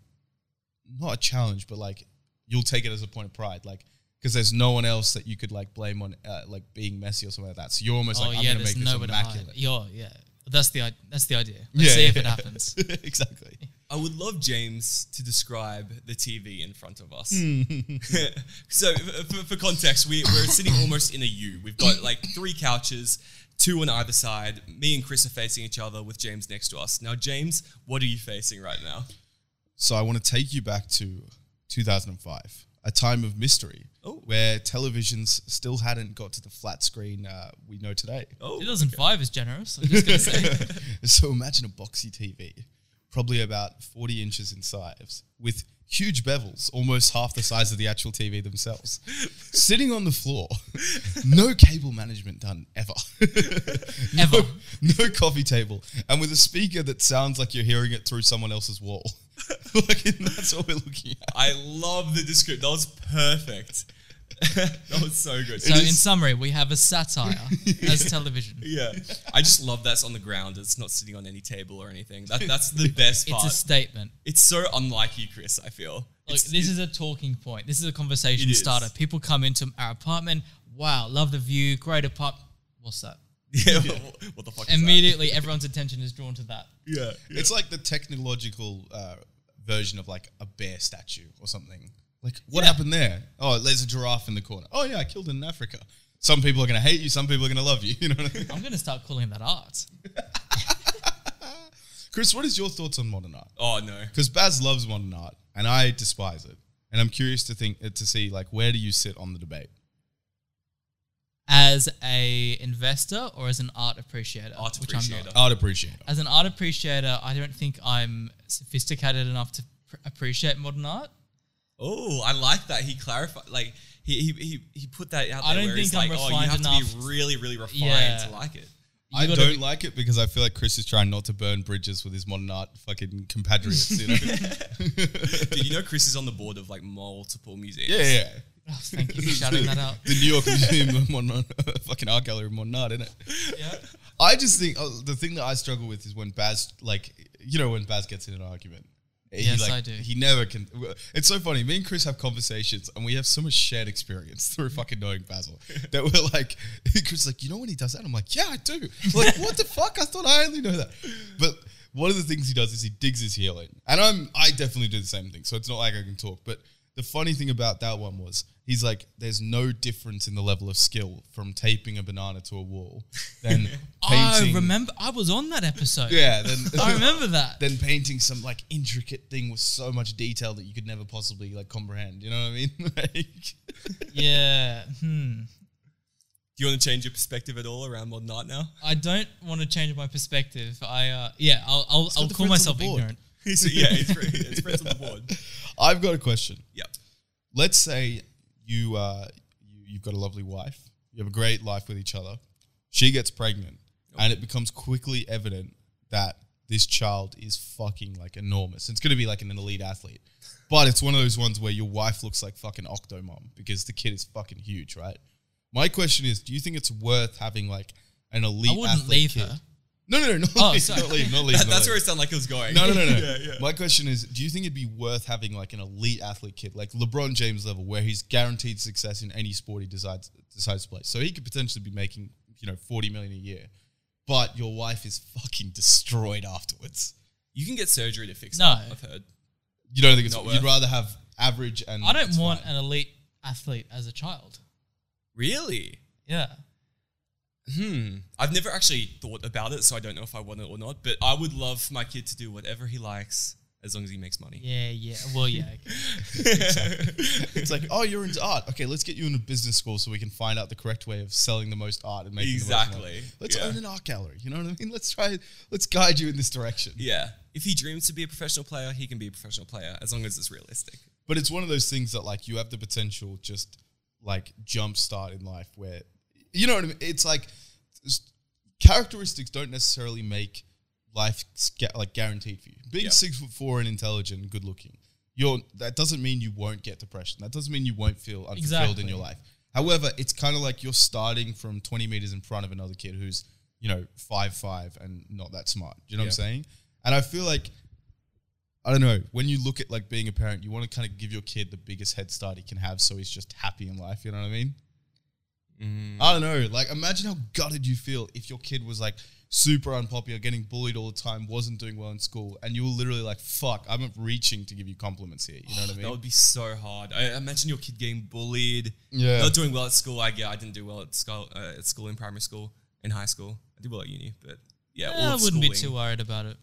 S1: not a challenge, but like you'll take it as a point of pride, like because there's no one else that you could like blame on uh, like being messy or something like that. So you're almost
S3: Oh
S1: like, I'm
S3: yeah,
S1: gonna
S3: there's
S1: make this
S3: nowhere to hide.
S1: immaculate.
S3: Yeah, yeah. That's the i- that's the idea. Let's
S1: Yeah,
S3: see
S1: yeah,
S3: if it
S1: yeah. [LAUGHS]
S3: happens.
S1: exactly.
S2: I would love James to describe the TV in front of us. [LAUGHS] so, f- for, for context, we, we're sitting almost in a U. We've got like three couches, two on either side. Me and Chris are facing each other with James next to us. Now, James, what are you facing right now?
S1: So I want to take you back to 2005, a time of mystery
S2: Oh.
S1: where televisions still hadn't got to the flat screen uh, we know today.
S2: Oh,
S3: 2005 is generous. I'm just gonna say.
S1: [LAUGHS] so imagine a boxy TV, probably about 40 inches in size, with huge bevels, almost half the size of the actual TV
S2: [LAUGHS]
S1: themselves, sitting on the floor. No cable management done ever. [LAUGHS]
S3: Ever.
S1: no coffee table, and with a speaker that sounds like you're hearing it through someone else's wall. [LAUGHS] like that's what we're looking at.
S2: I love the description. That was perfect. [LAUGHS] that was so good.
S3: So, in summary, we have
S1: [LAUGHS]
S3: a satire as television.
S2: Yeah, I just love that's on the ground. It's not sitting on any table or anything.
S1: [LAUGHS]
S2: That that's the best
S3: It's
S2: part.
S3: a
S2: It's,
S3: statement.
S2: so unlike you, Chris. I feel.
S3: Look,
S2: It's-
S3: this is a talking point. This is a conversation
S2: It is.
S3: starter. People come into our apartment. Wow, love the view. Great apartment. What's that?
S2: [LAUGHS] yeah, What, what the fuck?
S3: Immediately, everyone's attention is drawn to that.
S2: Is that? Yeah, yeah.
S1: It's like the technological uh, version of like a bear statue or something. Like, what happened there? Oh, there's a giraffe in the corner. Oh yeah, I killed it in Africa. Some people are gonna hate you. Some people are gonna love you. [LAUGHS] You know what I mean?
S3: I'm going to start calling that art.
S1: Chris, what is your thoughts on modern art?
S2: Oh no.
S1: Because Baz loves modern art, and I despise it. And I'm curious to think to see like where do you sit on the debate?
S3: As a investor or as an art appreciator?
S2: Art
S3: which I'm not.
S2: appreciator.
S1: Art appreciator.
S3: As an art appreciator, I don't think I'm sophisticated enough to pr- appreciate modern art.
S2: Oh, I like that. He clarified, like he he he, he put that out there.
S3: I don't
S2: where he's
S3: think I'm
S2: like, oh, you
S3: refined
S2: have to
S3: enough.
S2: be really, really refined
S3: Yeah.
S2: to like it.
S3: You
S1: I
S3: gotta
S1: don't
S3: be- [LAUGHS]
S1: like it because I feel like Chris is trying not to burn bridges with his modern art fucking compatriots. You know?
S3: [LAUGHS]
S2: Dude, you know Chris is on the board of like multiple museums.
S1: yeah, yeah.
S3: Oh,
S1: [LAUGHS]
S3: thank you for shouting that out.
S1: The New York Museum of Modern Art- [LAUGHS] fucking art gallery of modern art, isn't it?
S3: Yeah.
S1: I just think uh, the thing that I struggle with is when Baz, like, you know, when Baz gets in an argument. He,
S3: Yes,
S1: like,
S3: I do.
S1: He never can. It's so funny. Me and Chris have conversations, and we have so much shared experience [LAUGHS] through fucking knowing Basil [LAUGHS] that we're like, Chris, is like, you know when he does that? I'm like, yeah, I do. Like, what the fuck? I thought I only know that. But one of the things he does is he digs his heel in, and I'm I definitely do the same thing. So it's not like I can talk. But the funny thing about that one was he's like, there's no difference in the level of skill from taping a banana to a wall than
S3: [LAUGHS]
S1: painting.
S3: I remember. I was on that episode.
S1: Yeah, [LAUGHS] then
S3: [LAUGHS] I remember that.
S1: than painting some like intricate thing with so much detail that you could never possibly like comprehend. You know what I mean? [LAUGHS] like,
S3: yeah. Hmm.
S2: Do you want to change your perspective at all around modern
S1: [LAUGHS]
S2: art now?
S3: I don't want to change my perspective. I uh, yeah. I'll I'll, I'll
S1: the
S3: call
S1: friends on
S3: myself
S1: the board.
S3: ignorant.
S2: He's, yeah, it's, free- it's friends on the board.
S1: [LAUGHS] I've got a question.
S2: Yep.
S1: Let's say you uh you, you've got a lovely wife. You have a great life with each other. She gets pregnant, and it becomes quickly evident that this child is fucking like enormous. It's going to be like an elite athlete. But it's one of those ones where your wife looks like fucking Octomom because the kid is fucking huge, right? My question is, do you think it's worth having like an elite?
S3: I wouldn't
S1: athlete
S3: leave
S1: kid?
S3: her.
S1: No, no, no, not,
S3: Oh,
S1: leave,
S3: sorry.
S1: not leave, not
S3: [LAUGHS]
S1: leave.
S2: That,
S1: not
S2: that's
S1: leave.
S2: where it sounded like it was going.
S1: No, no, no, no.
S2: [LAUGHS] yeah, yeah.
S1: My question is, do you think it'd be worth having like an elite athlete kid, like LeBron James level, where he's guaranteed success in any sport he decides decides to play? So he could potentially be making, you know, forty million a year, but your wife is fucking destroyed afterwards.
S2: You can get surgery to fix
S3: No.
S2: that. I've heard.
S1: You don't think it's
S2: Not
S1: you'd
S2: worth-
S1: rather have average and
S3: I don't
S1: it's
S3: want
S1: fine.
S3: an elite athlete as a child.
S2: Really?
S3: Yeah.
S2: Hmm. I've never actually thought about it, so I don't know if I want it or not. But I would love for my kid to do whatever he likes as long as he makes money.
S3: Yeah. Yeah. Well. Yeah. okay. [LAUGHS]
S1: It's like, oh, you're into art. Okay, let's get you into business school so we can find out the correct way of selling the most art and making The most money.
S2: Exactly,
S1: Let's
S2: yeah.
S1: own an art gallery. You know what I mean? [LAUGHS] Let's try. Let's guide you in this direction.
S2: [LAUGHS] yeah. If he dreams to be a professional player, he can be a professional player as long as it's realistic.
S1: But it's one of those things that like you have the potential just like jump start in life where you know what I mean. It's like s- characteristics don't necessarily make life s- gu- like guaranteed for you. Being
S2: Yeah.
S1: six foot four and intelligent, and good looking, you're that doesn't mean you won't get depression. That doesn't mean you won't feel unfulfilled in
S3: Exactly.
S1: your life. However, it's kind of like you're starting from twenty meters in front of another kid who's you know five five and not that smart. Do you know what I'm
S2: Yeah.
S1: saying? And I feel like I don't know. When you look at like being a parent, you want to kind of give your kid the biggest head start he can have, so he's just happy in life. You know what I mean?
S3: Mm.
S1: I don't know. Like, imagine how gutted you feel if your kid was like super unpopular, getting bullied all the time, wasn't doing well in school, and you were literally like, "Fuck, I'm reaching to give you compliments here." You know
S3: [SIGHS]
S1: what I
S2: That
S1: mean?
S2: would be so hard. I imagine your kid getting bullied.
S1: Yeah.
S2: Not doing well at school. I yeah, I didn't do well at school uh, at school in primary school in high school. I did well at uni, but yeah, all
S3: I
S2: of
S3: wouldn't be
S2: schooling.
S3: too worried about it.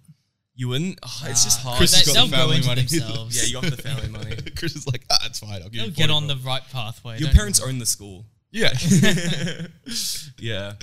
S2: You wouldn't. Oh, it's just
S3: Uh,
S2: hard.
S1: Chris has
S3: they-
S1: got
S3: they'll
S1: the
S3: grow
S1: family
S3: into
S1: money.
S3: themselves. [LAUGHS]
S2: yeah, you got the family money.
S1: [LAUGHS] Chris is like, "Ah, it's fine. I'll give
S3: They'll
S1: you."
S3: get
S1: 40
S3: on the
S1: bucks."
S3: right pathway.
S2: Your
S3: don't
S2: parents
S3: worry.
S2: own the school.
S3: [LAUGHS]
S1: yeah.
S2: [LAUGHS] yeah.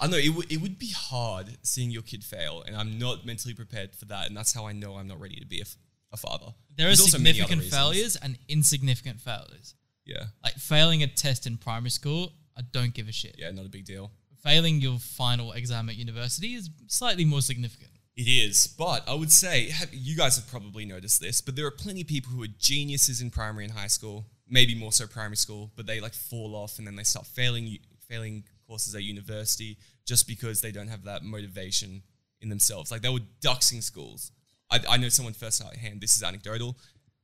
S2: I know it, w- it would be hard seeing your kid fail, and I'm not mentally prepared for that, and that's how I know I'm not ready to be a, f- a father.
S3: There are
S2: There's also many other
S3: significant
S2: reasons.
S3: failures and insignificant failures.
S2: Yeah,
S3: Like failing a test in primary school, I don't give a shit.
S2: yeah, not a big deal.
S3: Failing your final exam at university is slightly more significant.
S2: It is, but I would say have, you guys have probably noticed this, but there are plenty of people who are geniuses in primary and high school, maybe more so primary school, but they like fall off and then they start failing u- failing courses at university just because they don't have that motivation in themselves. Like they were duxing schools. I, I know someone firsthand. This is anecdotal.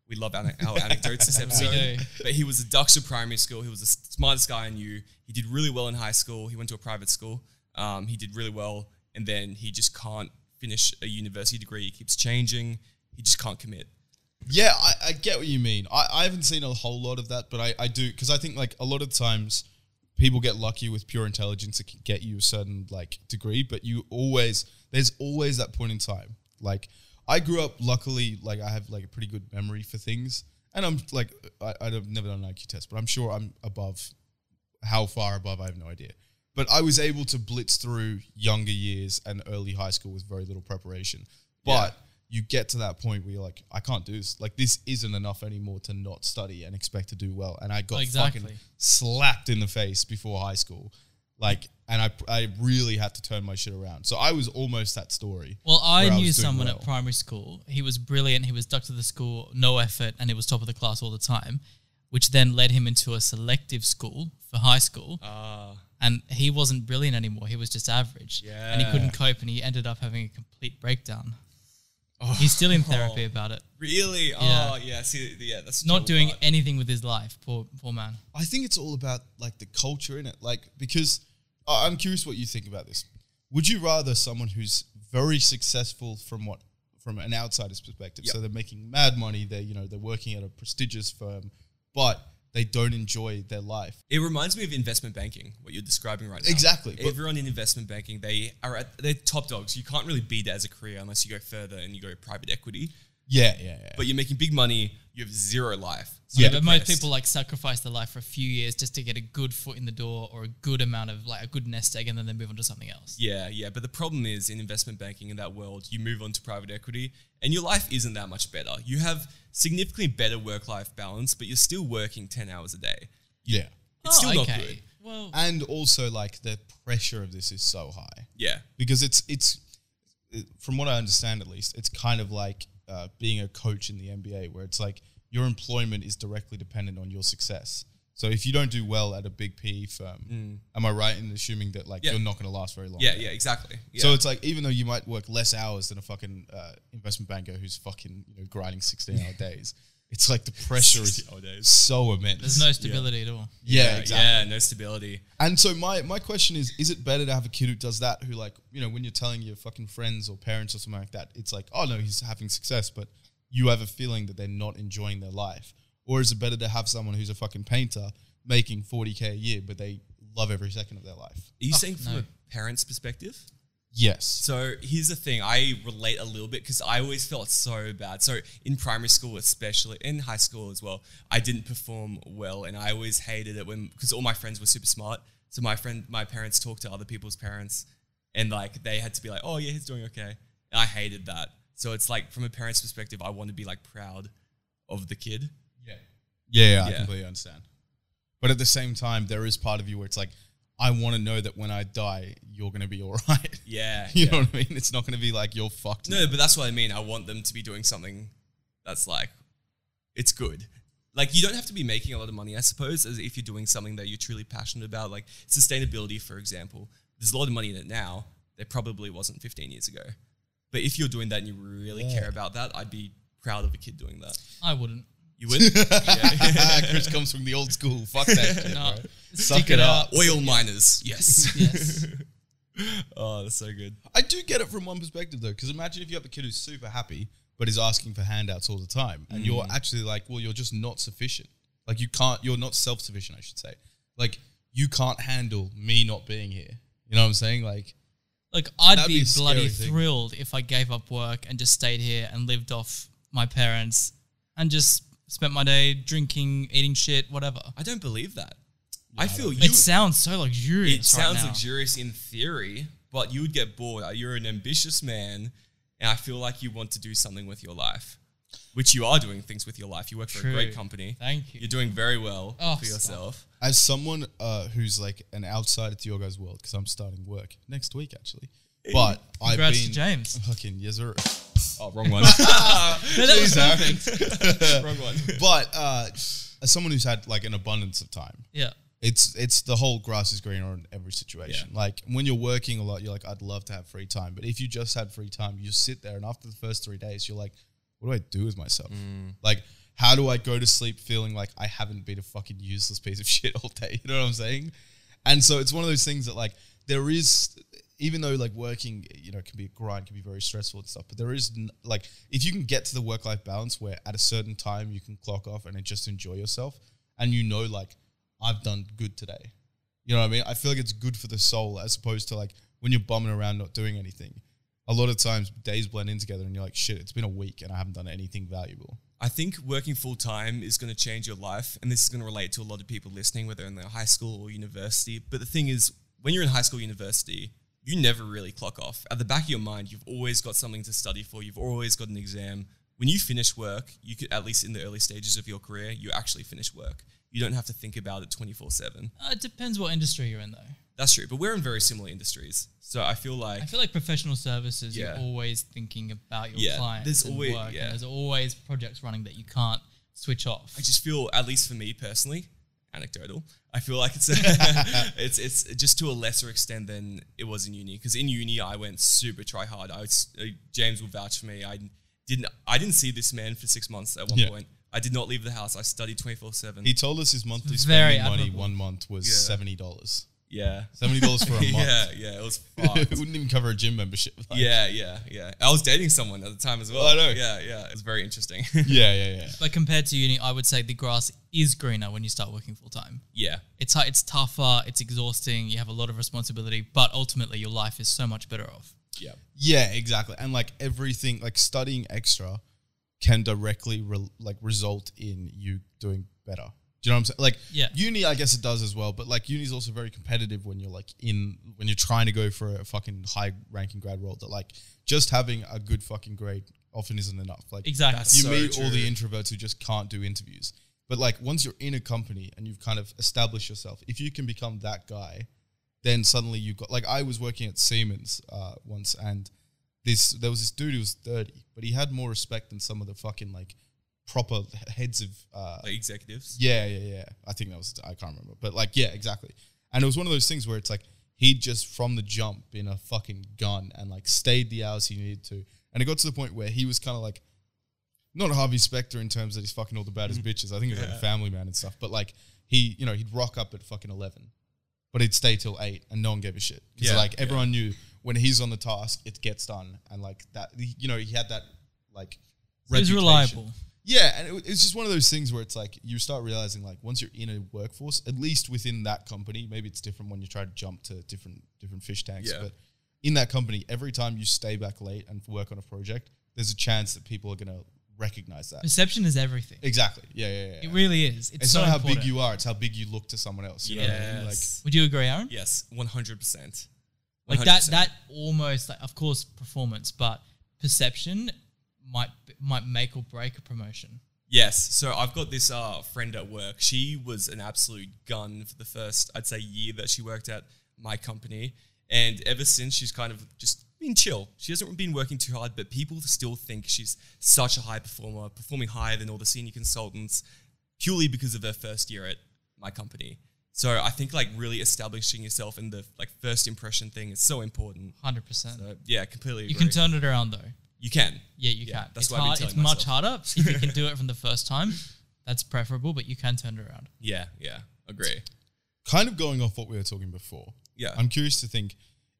S2: We love ana- our anecdotes
S3: [LAUGHS]
S2: this episode.
S3: do.
S2: But he was a ducks at primary school. He was the smartest guy I knew. He did really well in high school. He went to a private school. Um, he did really well, and then he just can't finish a university degree. He keeps changing. He just can't commit.
S1: Yeah, I, I get what you mean. I, I haven't seen a whole lot of that, but I, I do because I think like a lot of times people get lucky with pure intelligence. It can get you a certain like degree, but you always there's always that point in time. Like I grew up luckily, like I have like a pretty good memory for things, and I'm like I, I've never done an IQ test, but I'm sure I'm above how far above, I have no idea. But I was able to blitz through younger years and early high school with very little preparation. But you get to that point where you're like, I can't do this. Like this isn't enough anymore to not study and expect to do well. And I got
S3: Exactly.
S1: fucking slapped in the face before high school. Like, and I, I really had to turn my shit around. So I was almost that story.
S3: Well, I
S1: where
S3: knew
S1: was doing
S3: someone
S1: well.
S3: at primary school. He was brilliant. He was duck to the school, no effort, and he was top of the class all the time, which then led him into a selective school for high school.
S2: Ah,
S3: And he wasn't brilliant anymore. He was just average. And he couldn't cope, and he ended up having a complete breakdown.
S2: Oh.
S3: He's still
S2: [LAUGHS]
S3: in therapy about it.
S2: really?
S3: Yeah.
S2: Oh, yeah. See, yeah, that's
S3: Not
S2: the
S3: doing
S2: trouble
S3: anything with his life. Poor, poor man.
S1: I think it's all about like the culture in it. Like because I I'm curious what you think about this. Would you rather someone who's very successful from what from an outsider's perspective?
S2: Yep.
S1: So they're making mad money. They're you know they're working at a prestigious firm, but they don't enjoy their life.
S2: It reminds me of investment banking, what you're describing right now.
S1: Exactly, but-
S2: Everyone in investment banking, they are at, they're top dogs. You can't really beat that as a career unless you go further and you go private equity.
S1: Yeah, yeah, yeah.
S2: But you're making big money, you have zero life. So
S3: Yeah,
S2: you're
S3: but most
S2: depressed.
S3: people like sacrifice their life for a few years just to get a good foot in the door or a good amount of like a good nest egg, and then they move on to something else.
S2: Yeah, yeah. But the problem is in investment banking in that world, you move on to private equity and your life isn't that much better. You have significantly better work life balance, but you're still working 10 hours a day.
S1: yeah.
S2: It's
S3: Oh,
S2: still not good.
S3: Well,
S1: And also like the pressure of this is so high.
S2: Yeah.
S1: because it's it's it- from what I understand at least, it's kind of like uh, being a coach in the NBA, where it's like your employment is directly dependent on your success. So if you don't do well at a big PE firm, am I right in assuming that like
S2: Yeah.
S1: you're not going to last very long?
S2: Yeah, yeah, exactly. Yeah.
S1: So it's like even though you might work less hours than a fucking uh, investment banker who's fucking you know grinding sixteen hour days, it's like the pressure
S2: [LAUGHS]
S1: is [LAUGHS]
S2: 16 hour days.
S1: so immense.
S3: there's no stability at all.
S1: yeah,
S2: Yeah,
S1: exactly.
S2: yeah, no stability.
S1: And so my my question is: Is it better to have a kid who does that? Who like you know when you're telling your fucking friends or parents or something like that, it's like, oh no, he's having success, but you have a feeling that they're not enjoying their life. Or is it better to have someone who's a fucking painter making forty k a year, but they love every second of their life?
S2: Are you saying from
S3: no.
S2: a parent's perspective?
S1: Yes.
S2: So here's the thing, I relate a little bit because I always felt so bad. So in primary school, especially in high school as well, I didn't perform well, and I always hated it when because all my friends were super smart. So my friend, my parents talked to other people's parents, and like they had to be like, "Oh yeah, he's doing okay." And I hated that. So it's like from a parent's perspective, I want to be like proud of the kid.
S1: Yeah. Yeah, I
S2: Yeah.
S1: completely understand. But at the same time, there is part of you where it's like, I want to know that when I die, you're gonna be [LAUGHS] all right.
S2: Yeah.
S1: you
S2: yeah.
S1: know what I mean? It's not gonna be like you're fucked.
S2: No, but that's what I mean. I want them to be doing something that's like, it's good. Like, you don't have to be making a lot of money, I suppose, as if you're doing something that you're truly passionate about, like sustainability, for example. There's a lot of money in it now that probably wasn't 15 years ago. But if you're doing that and you really care about that, I'd be proud of a kid doing that.
S3: I wouldn't.
S2: You would?
S3: [LAUGHS]
S2: Yeah.
S1: [LAUGHS] Chris comes from the old school. Fuck that shit,
S3: No.
S1: bro.
S3: Stick
S1: Suck
S3: it
S1: it up.
S3: out.
S2: Uh, Oil miners. Yes.
S3: Yes.
S2: [LAUGHS] oh, that's so good.
S1: I do get it from one perspective though, because imagine if you have a kid who's super happy but is asking for handouts all the time,
S3: Mm.
S1: and you're actually like, well, you're just not sufficient. Like you can't, you're not self sufficient. I should say, like you can't handle me not being here. You know what I'm saying? Like,
S3: Look, I'd
S1: That'd be
S3: be,
S1: a scary
S3: bloody
S1: thing.
S3: thrilled if I gave up work and just stayed here and lived off my parents and just spent my day drinking, eating shit, whatever.
S2: I don't believe that. I feel you.
S3: it sounds so luxurious.
S2: It sounds
S3: right now.
S2: luxurious in theory, but you would get bored. Uh, You're an ambitious man, and I feel like you want to do something with your life, which you are doing things with your life. You work for a great
S3: True.
S2: company.
S3: Thank you.
S2: You're doing very well
S3: Oh,
S2: for
S3: stop.
S2: yourself.
S1: as someone uh, who's like an outsider to your guys' world, because I'm starting work next week actually, but I've
S3: Congrats to
S1: been [LAUGHS]
S3: James.
S1: fucking yes sir.
S2: Oh,
S3: [LAUGHS]
S2: wrong one. [LAUGHS]
S3: No, that was
S1: Aaron.
S3: perfect.
S2: wrong one.
S1: But uh, as someone who's had like an abundance of time,
S3: Yeah.
S1: it's it's the whole grass is greener in every situation. Like when you're working a lot, you're like, I'd love to have free time. But if you just had free time, you sit there and after the first three days, you're like, what do I do with myself? Like, how do I go to sleep feeling like I haven't been a fucking useless piece of [LAUGHS] shit all day? You know what I'm saying? And so it's one of those things that like there is even though like working you know can be a grind can be very stressful and stuff but there is n- like if you can get to the work life balance where at a certain time you can clock off and then just enjoy yourself and you know like I've done good today you know what I mean I feel like it's good for the soul as opposed to like when you're bumming around not doing anything a lot of times days blend in together and you're like shit it's been a week and I haven't done anything valuable
S2: I think working full time is going to change your life, and this is going to relate to a lot of people listening, whether in their high school or university. But the thing is, when you're in high school, university, you never really clock off. At the back of your mind, you've always got something to study for. You've always got an exam. When you finish work, you could at least in the early stages of your career, you actually finish work. You don't have to think about it twenty four seven.
S3: Uh, it depends what industry you're in, though.
S2: That's true. But we're in very similar industries, so I feel like
S3: I feel like professional services,
S2: Yeah.
S3: you're always thinking about your
S2: Yeah,
S3: clients
S2: there's
S3: and
S2: always-
S3: work.
S2: yeah.
S3: And there's always projects running that you can't switch off.
S2: I just feel, at least for me personally, anecdotal. I feel
S1: [LAUGHS]
S2: like it's [LAUGHS] it's it's just to a lesser extent than it was in uni. Because in uni, I went super try hard. I was, uh, James will vouch for me. I didn't I didn't see this man for six months at one
S1: Yeah.
S2: point. I did not leave the house. I studied twenty four seven.
S1: He told us his monthly
S3: very
S1: spending money
S3: admirable.
S1: one month was
S2: Yeah.
S1: seventy dollars. [LAUGHS]
S2: Yeah, [LAUGHS]
S1: Seventy dollars for a month.
S2: yeah, yeah. It was
S1: [LAUGHS] it
S2: fucked.
S1: wouldn't even cover a gym membership. Like,
S2: yeah, yeah, yeah. I was dating someone at the time as well.
S1: I know.
S2: Yeah, yeah. It was very interesting. [LAUGHS]
S1: yeah, yeah, yeah.
S3: but compared to uni, I would say the grass is greener when you start working full time.
S2: yeah.
S3: It's hu- it's tougher, it's exhausting, you have a lot of responsibility, but ultimately your life is so much better off.
S2: Yeah.
S1: Yeah, exactly. And like everything, like studying extra can directly re- like result in you doing better. Do you know what I'm saying? Like
S3: Yeah.
S1: uni, I guess it does as well, but like uni is also very competitive when you're like in when you're trying to go for a fucking high ranking grad role. That like just having a good fucking grade often isn't enough. Like
S3: Exactly.
S2: That's-
S1: you
S2: so
S1: meet all
S2: true.
S1: the introverts who just can't do interviews. But like once you're in a company and you've kind of established yourself, if you can become that guy, then suddenly you've got like I was working at Siemens uh, once and this there was this dude who was 30, but he had more respect than some of the fucking like proper heads of uh,
S2: Like executives.
S1: yeah, yeah, yeah. I think that was I can't remember, but like yeah, exactly. And it was one of those things where it's like he just from the jump been a fucking gun and like stayed the hours he needed to, and it got to the point where he was kind of like not Harvey Specter in terms that he's fucking all the baddest
S2: Mm-hmm.
S1: bitches. I think he was like a family man and stuff, but like he, you know, he'd rock up at fucking eleven, but he'd stay till eight, and no one gave a shit because
S2: Yeah,
S1: like
S2: yeah.
S1: everyone knew when he's on the task, it gets done, and like that, you know, he had that like.
S3: It was
S1: reputation.
S3: reliable.
S1: Yeah, and it, w- it's just one of those things where it's like you start realizing like once you're in a workforce, at least within that company, maybe it's different when you try to jump to different different fish tanks.
S2: Yeah.
S1: But in that company, every time you stay back late and work on a project, there's a chance that people are gonna recognize that.
S3: Perception is everything.
S1: exactly. Yeah, yeah, yeah.
S3: It really is. It's,
S1: it's
S3: so
S1: not how
S3: important.
S1: big you are; it's how big you look to someone else. You know what I mean? Like,
S2: Yes.
S3: Would you agree, Aaron?
S2: yes. One hundred percent.
S3: Like that that almost like of course performance, but perception might might make or break a promotion.
S2: Yes. So I've got this uh, friend at work. She was an absolute gun for the first, I'd say, year that she worked at my company. And ever since, she's kind of just been chill. She hasn't been working too hard, but people still think she's such a high performer, performing higher than all the senior consultants purely because of her first year at my company. So I think like really establishing yourself in the like first impression thing is so important.
S3: Hundred percent.
S2: So yeah, completely.
S3: You
S2: agree.
S3: can turn it around though.
S2: You can.
S3: Yeah, you
S2: Yeah,
S3: can.
S2: that's
S3: it's
S2: what I've been
S3: hard.
S2: telling
S3: It's much harder if you can
S2: [LAUGHS]
S3: do it from the first time. That's preferable, but you can turn it around.
S2: Yeah. Yeah. Agree.
S1: kind of going off what we were talking before.
S2: Yeah.
S1: I'm curious to think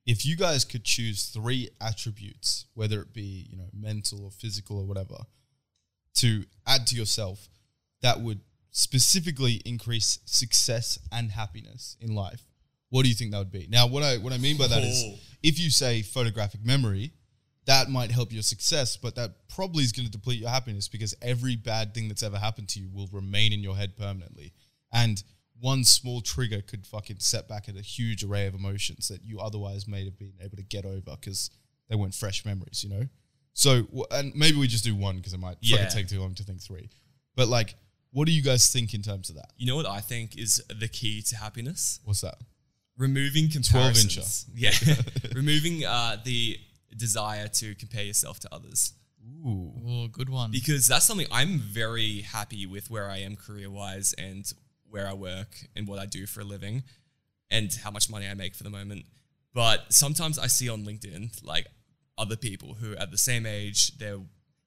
S1: if you guys could choose three attributes, whether it be, you know, mental or physical or whatever, to add to yourself that would specifically increase success and happiness in life. What do you think that would be? Now, what I what I mean by that is
S2: Oh.
S1: if you say photographic memory, that might help your success, but that probably is going to deplete your happiness because every bad thing that's ever happened to you will remain in your head permanently. And one small trigger could fucking set back at a huge array of emotions that you otherwise may have been able to get over because they weren't fresh memories, you know? So, w- and maybe we just do one because it might
S2: Yeah.
S1: fucking take too long to think three. But like, what do you guys think in terms of that?
S2: You know what I think is the key to happiness?
S1: What's that?
S2: Removing comparisons.
S1: 12
S2: Yeah. [LAUGHS] Removing uh, the desire to compare yourself to others.
S1: Ooh.
S3: Oh, good one.
S2: Because that's something I'm very happy with where I am career wise and where I work and what I do for a living and how much money I make for the moment. But sometimes I see on LinkedIn like other people who are at the same age, they're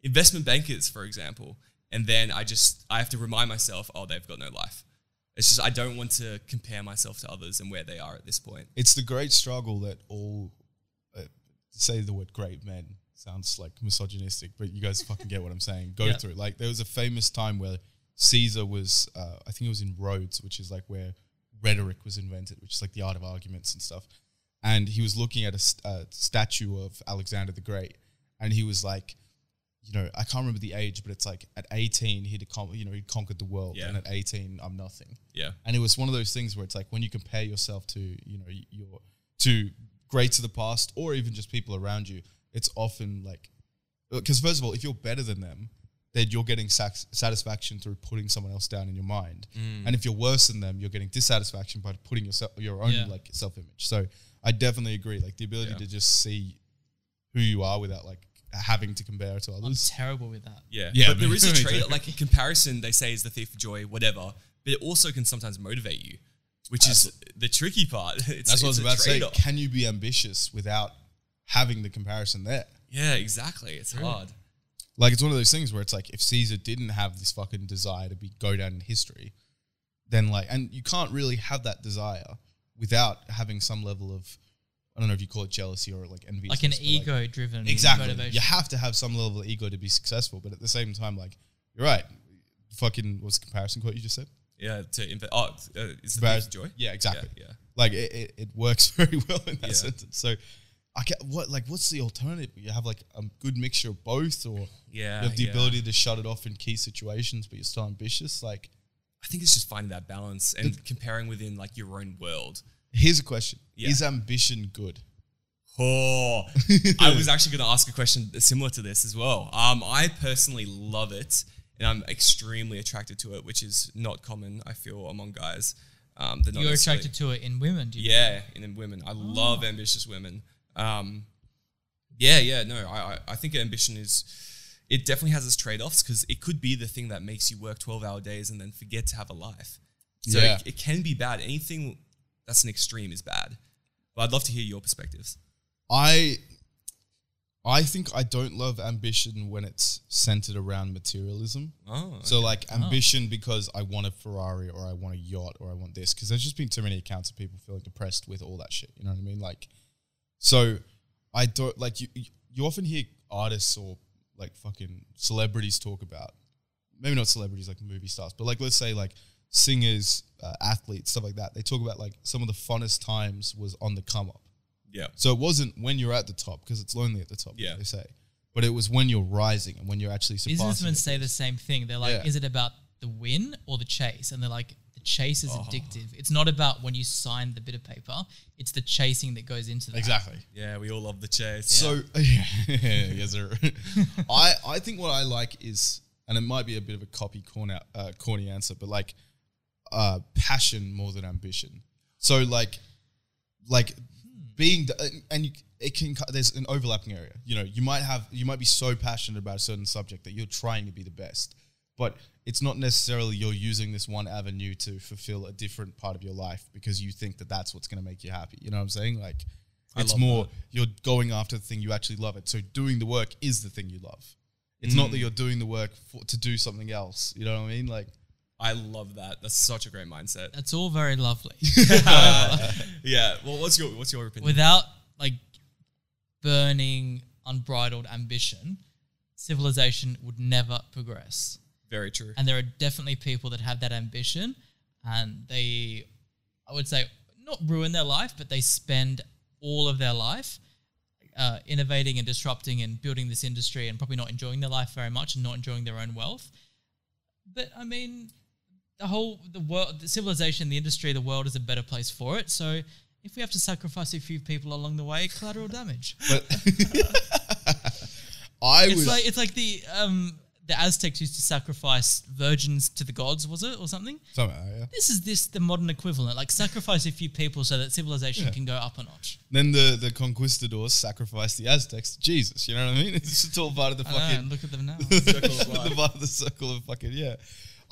S2: investment bankers, for example. And then I just I have to remind myself, oh, they've got no life. It's just I don't want to compare myself to others and where they are at this point.
S1: It's the great struggle that all uh, say the word great men sounds like misogynistic, but you guys fucking get what I'm saying. Go
S3: Yeah.
S1: through. Like there was a famous time where Caesar was, uh, I think it was in Rhodes, which is like where rhetoric was invented, which is like the art of arguments and stuff. And he was looking at a, st- a statue of Alexander the Great, and he was like, you know, I can't remember the age, but it's like at 18 he'd con- you know he'd conquered the world,
S2: Yeah.
S1: and at 18 I'm nothing
S2: Yeah.
S1: and it was one of those things where it's like when you compare yourself to you know your to greats of the past or even just people around you, it's often like, because first of all, if you're better than them, then you're getting sax- satisfaction through putting someone else down in your mind, and if you're worse than them, you're getting dissatisfaction by putting yourself your own
S3: Yeah.
S1: like self image. So I definitely agree. Like the ability
S2: Yeah.
S1: to just see who you are without like having to compare to
S3: I'm
S1: others.
S3: terrible with that.
S2: Yeah.
S1: Yeah,
S2: But there
S1: me-
S2: is
S1: me
S2: a
S1: [LAUGHS]
S2: trade,
S1: too.
S2: like a comparison, they say is the thief of joy, whatever, but it also can sometimes motivate you, which is the tricky part. [LAUGHS] It's,
S1: That's what I was
S2: it's a
S1: about to say.
S2: trade-off.
S1: Can you be ambitious without having the comparison there?
S2: Yeah, exactly. It's hard.
S1: Like it's one of those things where it's like if Caesar didn't have this fucking desire to be go down in history, then like and you can't really have that desire without having some level of I don't know if you call it jealousy or like envy.
S3: Like an ego driven
S1: exactly.
S3: motivation.
S1: You have to have some level of ego to be successful, but at the same time, like you're right. Fucking what's the comparison quote you just said?
S2: Yeah, to inv- oh, uh, is the thief
S1: Comparison-
S2: of joy?
S1: Yeah, exactly.
S2: Yeah,
S1: Like it, it, it works [LAUGHS] very well in that
S2: Yeah.
S1: sentence. So I can what like what's the alternative? You have like a good mixture of both or
S2: yeah.
S1: you have the
S2: Uh, yeah.
S1: ability to shut it off in key situations, but you're still ambitious. Like,
S2: I think it's just finding that balance and comparing within like your own
S1: [LAUGHS]
S2: world.
S1: here's a question:
S2: Yeah.
S1: Is ambition good?
S2: Oh, I was actually going to ask a question similar to this as well. Um, I personally love it, and I'm extremely attracted to it, which is not common. I feel among guys. Um, they're not
S3: You're
S2: necessarily-
S3: attracted to it in women, do you?
S2: Yeah, and then women. I love ambitious women. Um, yeah, yeah, no, I, I, I think ambition is, it definitely has its trade offs because it could be the thing that makes you work 12 hour days and then forget to have a life. So
S1: Yeah.
S2: it, it can be bad. Anything that's an extreme is bad. But I'd love to hear your perspectives.
S1: I, I think I don't love ambition when it's centered around materialism.
S2: Oh,
S1: So like ambition because I want a Ferrari or I want a yacht or I want this because there's just been too many accounts of people feeling depressed with all that shit. You know what I mean? Like, so I don't like you. You often hear artists or like fucking celebrities talk about maybe not celebrities like movie stars, but like let's say like singers, uh, athletes, stuff like that. They talk about like some of the funnest times was on the come up.
S2: yeah.
S1: So it wasn't when you're at the top because it's lonely at the top.
S2: Yeah.
S1: Yeah, they say. But it was when you're rising and when you're actually surpassing.
S3: Businessmen
S1: it.
S3: say the same thing. They're like,
S1: Yeah.
S3: is it about the win or the chase? And they're like, the chase is
S2: Oh.
S3: addictive. It's not about when you sign the bit of paper, it's the chasing that goes into that.
S1: Exactly.
S2: Yeah, we all love the chase.
S1: So [LAUGHS] yes, sir. I I think what I like is, and it might be a bit of a copy corner, uh, corny answer, but like uh, passion more than ambition. So like, like being the, and you, it can co- there's an overlapping area. You know, you might have you might be so passionate about a certain subject that you're trying to be the best, but it's not necessarily you're using this one avenue to fulfill a different part of your life because you think that that's what's going to make you happy. You know what I'm saying? Like, it's
S2: love
S1: more you're going after the thing you actually love. It so doing the work is the thing you love. It's not that
S3: Mm.
S1: you're doing the work for, to do something else. You know what I mean? Like,
S2: I love that. That's such a great mindset.
S3: That's all very lovely.
S2: yeah. Well, what's your what's your opinion?
S3: Without like burning, unbridled ambition, civilization would never progress.
S2: Very true.
S3: And there are definitely people that have that ambition and they, I would say, not ruin their life, but they spend all of their life uh, innovating and disrupting and building this industry and probably not enjoying their life very much and not enjoying their own wealth. But I mean, the whole, the world, the civilization, the industry, the world is a better place for it. So if we have to sacrifice a few people along the way, collateral damage.
S1: but I
S3: It's
S1: was
S3: like it's like the um the Aztecs used to sacrifice virgins to the gods, was it, or something?
S1: somehow, yeah.
S3: This is this the modern equivalent, like sacrifice a few people so that civilization can go up a notch.
S1: Then the, the conquistadors sacrificed the Aztecs to Jesus. You know what I mean? [LAUGHS] It's just all part of the
S3: I know, and
S1: fucking
S3: Ah, look at
S1: [LAUGHS]
S3: them now.
S1: the part of the circle of fucking yeah.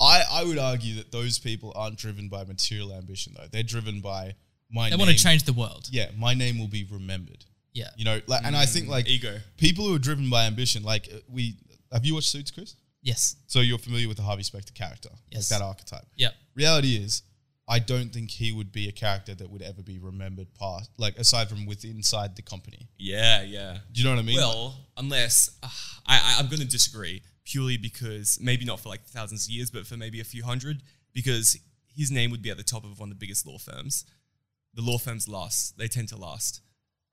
S1: I, I would argue that those people aren't driven by material ambition though. They're driven by my.
S3: they
S1: name-
S3: want to change the world. Yeah.
S1: Yeah, my name will be remembered. You know, like, and I think like
S2: ego.
S1: people who are driven by ambition. Like uh, we have you watched Suits, Chris?
S3: Yes.
S1: So you're familiar with the Harvey Specter character,
S3: Yes.
S1: like that archetype.
S3: Yep.
S1: Reality is, I don't think he would be a character that would ever be remembered past, like aside from with inside the company.
S2: Yeah, yeah.
S1: Do you know what I mean?
S2: Well, unless uh, I, I, I'm going to disagree purely because maybe not for like thousands of years, but for maybe a few hundred, because his name would be at the top of one of the biggest law firms. The law firms last; they tend to last.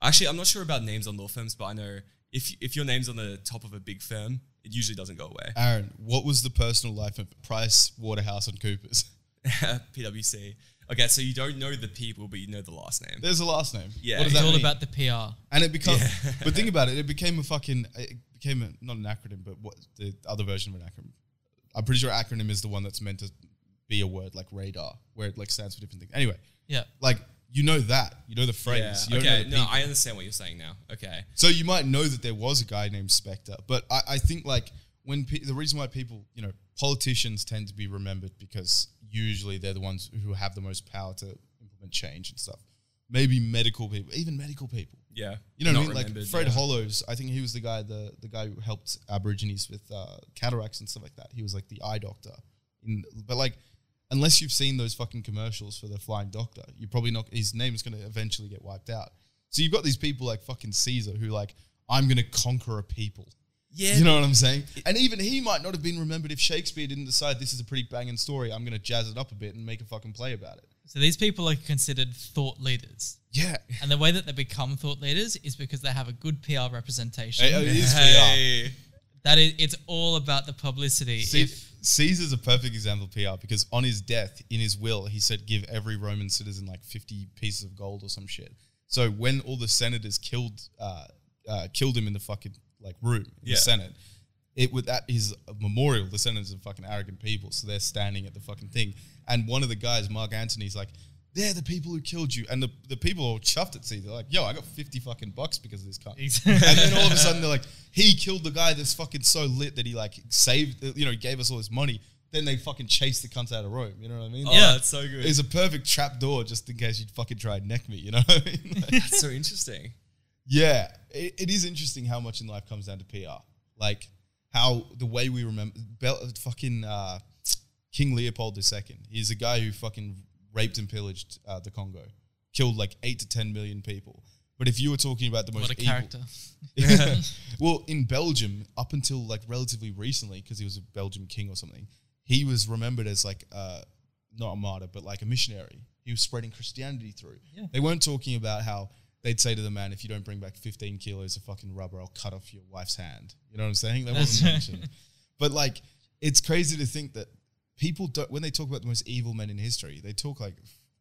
S2: Actually, I'm not sure about names on law firms, but I know if if your name's on the top of a big firm, it usually doesn't go away. [LAUGHS]
S1: Aaron, what was the personal life of Price Waterhouse and Coopers?
S2: PwC. Okay, so you don't know the people, but you know the last name.
S1: [LAUGHS] There's a last name.
S2: Yeah,
S1: What does
S2: it's
S1: that
S3: It's all
S1: mean?
S3: about the PR.
S1: and it becomes.
S2: Yeah.
S1: but think about it. It became a fucking. It became a, not an acronym, but what the other version of an acronym. I'm pretty sure acronym is the one that's meant to be a word like radar, where it like stands for different things. Anyway,
S3: Yeah.
S1: like you know that, you know the phrase.
S2: Yeah.
S1: You don't know
S2: Okay,
S1: the
S2: no,
S1: people.
S2: I understand what you're saying now. Okay.
S1: So you might know that there was a guy named Spectre, but I, I think like when pe- the reason why people, you know, politicians tend to be remembered because usually they're the ones who have the most power to implement change and stuff. Maybe medical people, even medical people.
S2: Yeah.
S1: You know
S2: Not
S1: what I mean? Like
S2: remembered,
S1: Fred
S2: yeah.
S1: Hollows, I think he was the guy the the guy who helped Aborigines with uh, cataracts and stuff like that. He was like the eye doctor. In, but like, unless you've seen those fucking commercials for the flying doctor, you probably not. His name is going to eventually get wiped out. So you've got these people like fucking Caesar who like I'm going to conquer a people.
S2: Yeah.
S1: You know what I'm saying? And even he might not have been remembered if Shakespeare didn't decide this is a pretty banging story. I'm going to jazz it up a bit and make a fucking play about it.
S3: So these people are considered thought leaders.
S1: Yeah,
S3: And the way that they become thought leaders is because they have a good PR representation.
S1: Hey, oh, it is PR.
S2: Hey.
S3: That is, it's all about the publicity.
S1: See,
S3: if
S1: Caesar's a perfect example of PR because on his death, in his will, he said give every Roman citizen like 50 pieces of gold or some shit. So when all the senators killed uh, uh, killed him in the fucking like room in
S2: Yeah.
S1: the Senate, it was at his memorial. The senators are fucking arrogant people, so they're standing at the fucking thing. And one of the guys, Mark Antony's like, "They're the people who killed you." And the, the people are all chuffed at Caesar, like, "Yo, I got 50 fucking bucks because of this cunt." and then all of a sudden they're like, he killed the guy that's fucking so lit that he like saved, you know, he gave us all this money. Then they fucking chased the cunts out of Rome. You know what I mean?
S2: Oh,
S1: Like,
S3: Yeah.
S2: that's so good.
S1: It's a perfect trap door just in case you'd fucking try and neck me, you know? what I mean? [LAUGHS] Like,
S2: that's so interesting.
S1: yeah. It, it is interesting how much in life comes down to PR. Like how the way we remember, Bel- fucking uh, King Leopold II, he's a guy who fucking raped and pillaged uh, the Congo, killed like eight to 10 million people. But if you were talking about the most
S3: what a
S1: evil-
S3: character.
S1: well, in Belgium, up until like relatively recently, because he was a Belgian king or something, he was remembered as like uh, not a martyr, but like a missionary. He was spreading Christianity through.
S3: Yeah.
S1: They weren't talking about how they'd say to the man, "If you don't bring back 15 kilos of fucking rubber, I'll cut off your wife's hand." You know what I'm saying? That
S3: That's
S1: wasn't mentioned. But like, it's crazy to think that people don't when they talk about the most evil men in history, they talk like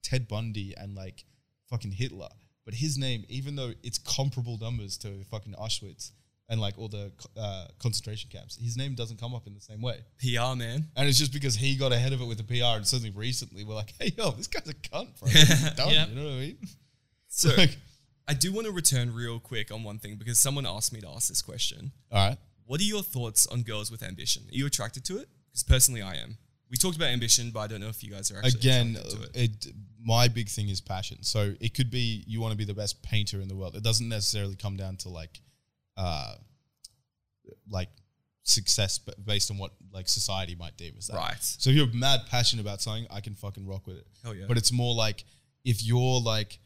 S1: Ted Bundy and like fucking Hitler. But his name, even though it's comparable numbers to fucking Auschwitz and like all the co- uh, concentration camps, his name doesn't come up in the same way.
S2: PR man.
S1: And it's just because he got ahead of it with the PR, and suddenly recently we're like, [LAUGHS] hey yo, this guy's a cunt, bro. He's dumb,
S3: Yeah.
S1: You know what I mean?
S2: So
S1: [LAUGHS] Like-
S2: I do want to return real quick on one thing because someone asked me to ask this question.
S1: All right.
S2: What are your thoughts on girls with ambition? Are you attracted to it? Because personally, I am. We talked about ambition, but I don't know if you guys are actually
S1: again
S2: attracted to it.
S1: it my big thing is passion so it could be you want to be the best painter in the world it doesn't necessarily come down to like uh like success but based on what like society might deem as that
S2: Right.
S1: so if you're mad passionate about something i can fucking rock with it
S2: Hell yeah.
S1: but it's more like if you're like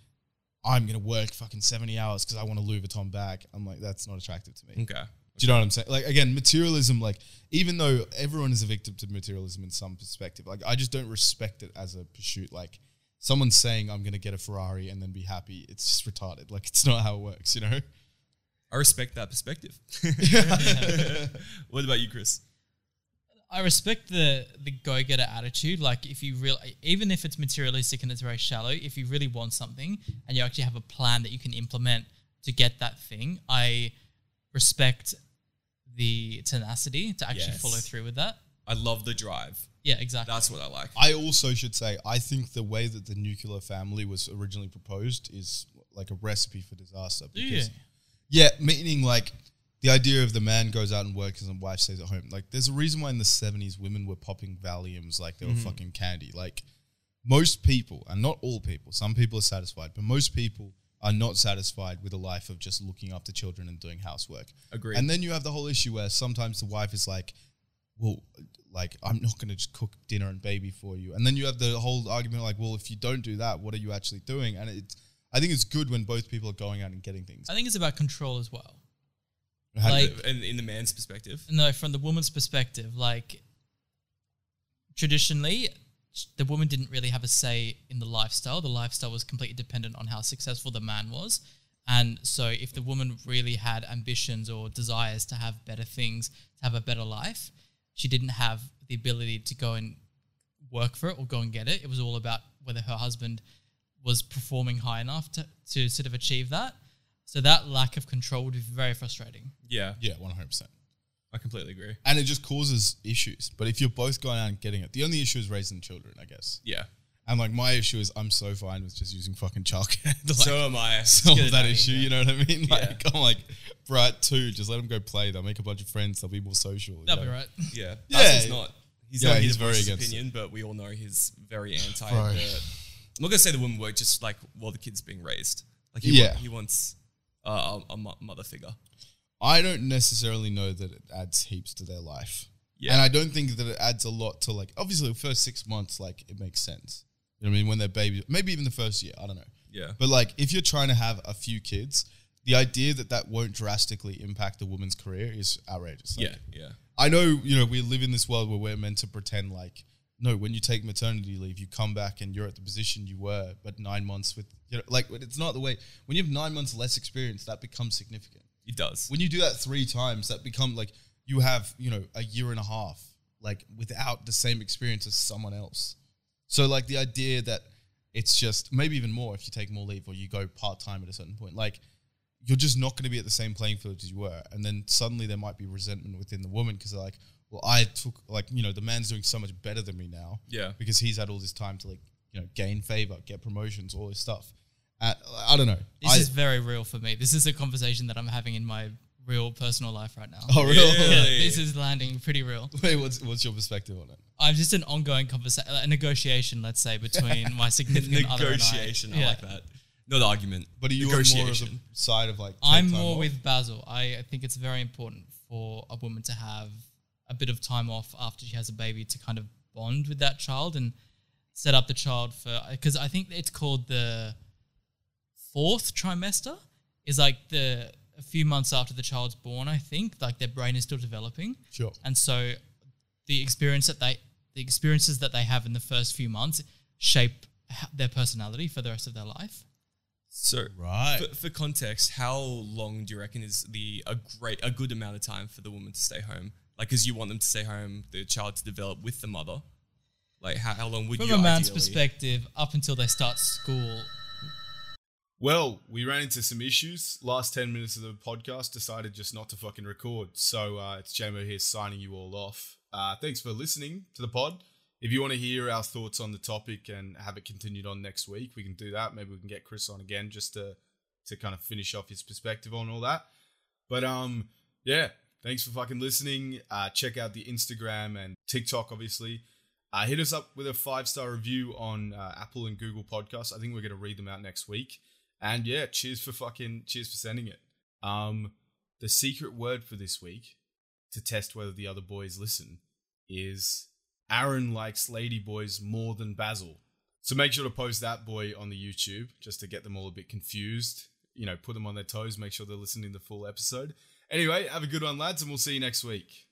S1: i'm gonna work fucking 70 hours because i want a louis vuitton bag i'm like that's not attractive to me
S2: Okay.
S1: do you know what I'm saying? Like again, materialism. Like even though everyone is a victim to materialism in some perspective, like I just don't respect it as a pursuit. Like someone saying I'm going to get a Ferrari and then be happy, it's just retarded. Like it's not how it works, you know?
S2: I respect
S1: [LAUGHS]
S2: that perspective. [LAUGHS] what about you, Chris?
S3: I respect the the go getter attitude. Like if you really, even if it's materialistic and it's very shallow, if you really want something and you actually have a plan that you can implement to get that thing, I respect the tenacity to actually
S2: Yes.
S3: follow through with that.
S2: I love the drive.
S3: Yeah, exactly.
S2: That's what I like.
S1: I also should say I think the way that the nuclear family was originally proposed is like a recipe for disaster.
S3: Do
S1: Because Yeah, meaning like the idea of the man goes out and works and the wife stays at home. Like there's a reason why in the 70s women were popping Valiums like they were fucking candy. Like most people, and not all people, some people are satisfied, but most people are not satisfied with a life of just looking after children and doing housework.
S2: Agreed.
S1: And then you have the whole issue where sometimes the wife is like, well, like I'm not going to just cook dinner and baby for you. And then you have the whole argument like, well, if you don't do that, what are you actually doing? And it's, I think it's good when both people are going out and getting things.
S3: I think it's about control as well.
S1: How do you-
S3: like-
S2: and in the man's perspective,
S3: No, from the woman's perspective, like traditionally, the woman didn't really have a say in the lifestyle. The lifestyle was completely dependent on how successful the man was. And so, if the woman really had ambitions or desires to have better things, to have a better life, she didn't have the ability to go and work for it or go and get it. It was all about whether her husband was performing high enough to, to sort of achieve that. So that lack of control would be very frustrating.
S2: Yeah,
S1: Yeah, one hundred percent.
S2: I completely agree.
S1: And it just causes issues. But if you're both going out and getting it, the only issue is raising children, I guess.
S2: Yeah.
S1: And like my issue is I'm so fine with just using fucking childcare [LAUGHS] to like
S2: so am I.
S1: solve
S3: get a
S1: that
S3: nanny,
S1: issue.
S3: yeah.
S1: You know what I mean? Like
S2: Yeah.
S1: I'm like, right, two, just let them go play. They'll make a bunch of friends. They'll be more social. you
S3: That'd
S1: know?
S3: be right. [LAUGHS]
S2: Yeah.
S1: Yeah.
S2: He's not. He's
S1: Yeah,
S2: not
S1: he's
S2: he's
S1: very
S2: very
S1: against
S2: opinion, but we all know he's very anti.
S1: Right.
S2: the- I'm not gonna say the women work just like while the kid's being raised. Like he,
S1: Yeah.
S2: wa- he wants uh, a, a mo- mother figure.
S1: I don't necessarily know that it adds heaps to their life.
S2: Yeah.
S1: And I don't think that it adds a lot to like obviously the first six months, like it makes sense. You know what I mean? When they're babies, maybe even the first year, I don't know.
S2: Yeah.
S1: But like if you're trying to have a few kids, the idea that that won't drastically impact a woman's career is outrageous. Like,
S2: yeah. Yeah.
S1: I know, you know, we live in this world where we're meant to pretend like, no, when you take maternity leave, you come back and you're at the position you were, but nine months with, you know, like, it's not the way. When you have nine months less experience, that becomes significant.
S2: He does.
S1: When you do that three times, that become like, you have, you know, a year and a half, like, without the same experience as someone else. So, like, the idea that it's just maybe even more if you take more leave or you go part time at a certain point, like, you're just not going to be at the same playing field as you were. And then suddenly there might be resentment within the woman because they're like, well, I took, like, you know, the man's doing so much better than me now.
S2: Yeah.
S1: Because he's had all this time to, like, you know, gain favor, get promotions, all this stuff. Uh, I don't know.
S3: This
S1: I- [LAUGHS]
S3: is very real for me. This is a conversation that I'm having in my real personal life right now.
S1: oh, really?
S3: Yeah,
S2: really?
S3: this is landing pretty real.
S1: Wait, what's, what's your perspective on it?
S3: I'm just an ongoing conversation, a negotiation, let's say, between my significant other and I.
S2: Negotiation. I,
S3: Yeah.
S2: like that. Not argument.
S1: But are you on more of the
S2: negotiation.
S1: side of like? take
S3: I'm
S1: time
S3: more
S1: off?
S3: with Basil. I, I think it's very important for a woman to have a bit of time off after she has a baby to kind of bond with that child and set up the child for because I think it's called the fourth trimester is like the a few months after the child's born. I think like their brain is still developing.
S1: sure.
S3: and so the experience that they the experiences that they have in the first few months shape h- their personality for the rest of their life
S2: So
S1: Right.
S2: for, for context, how long do you reckon is the a great a good amount of time for the woman to stay home? Like, because you want them to stay home, the child to develop with the mother. Like, how, how long would
S3: from
S2: you?
S3: a man's
S2: ideally-
S3: perspective up until they start school
S1: Well, we ran into some issues. Last 10 minutes of the podcast decided just not to fucking record. So uh, it's Jamo here signing you all off. Uh, thanks for listening to the pod. If you want to hear our thoughts on the topic and have it continued on next week, we can do that. Maybe we can get Chris on again just to, to kind of finish off his perspective on all that. But um, yeah, thanks for fucking listening. Uh, check out the Instagram and TikTok, obviously. Uh, hit us up with a five star review on uh, Apple and Google Podcasts. I think we're going to read them out next week. And yeah, cheers for fucking cheers for sending it. Um, the secret word for this week to test whether the other boys listen is Aaron likes lady boys more than Basil. So make sure to post that boy on the YouTube just to get them all a bit confused. You know, put them on their toes, make sure they're listening to the full episode. Anyway, have a good one, lads, and we'll see you next week.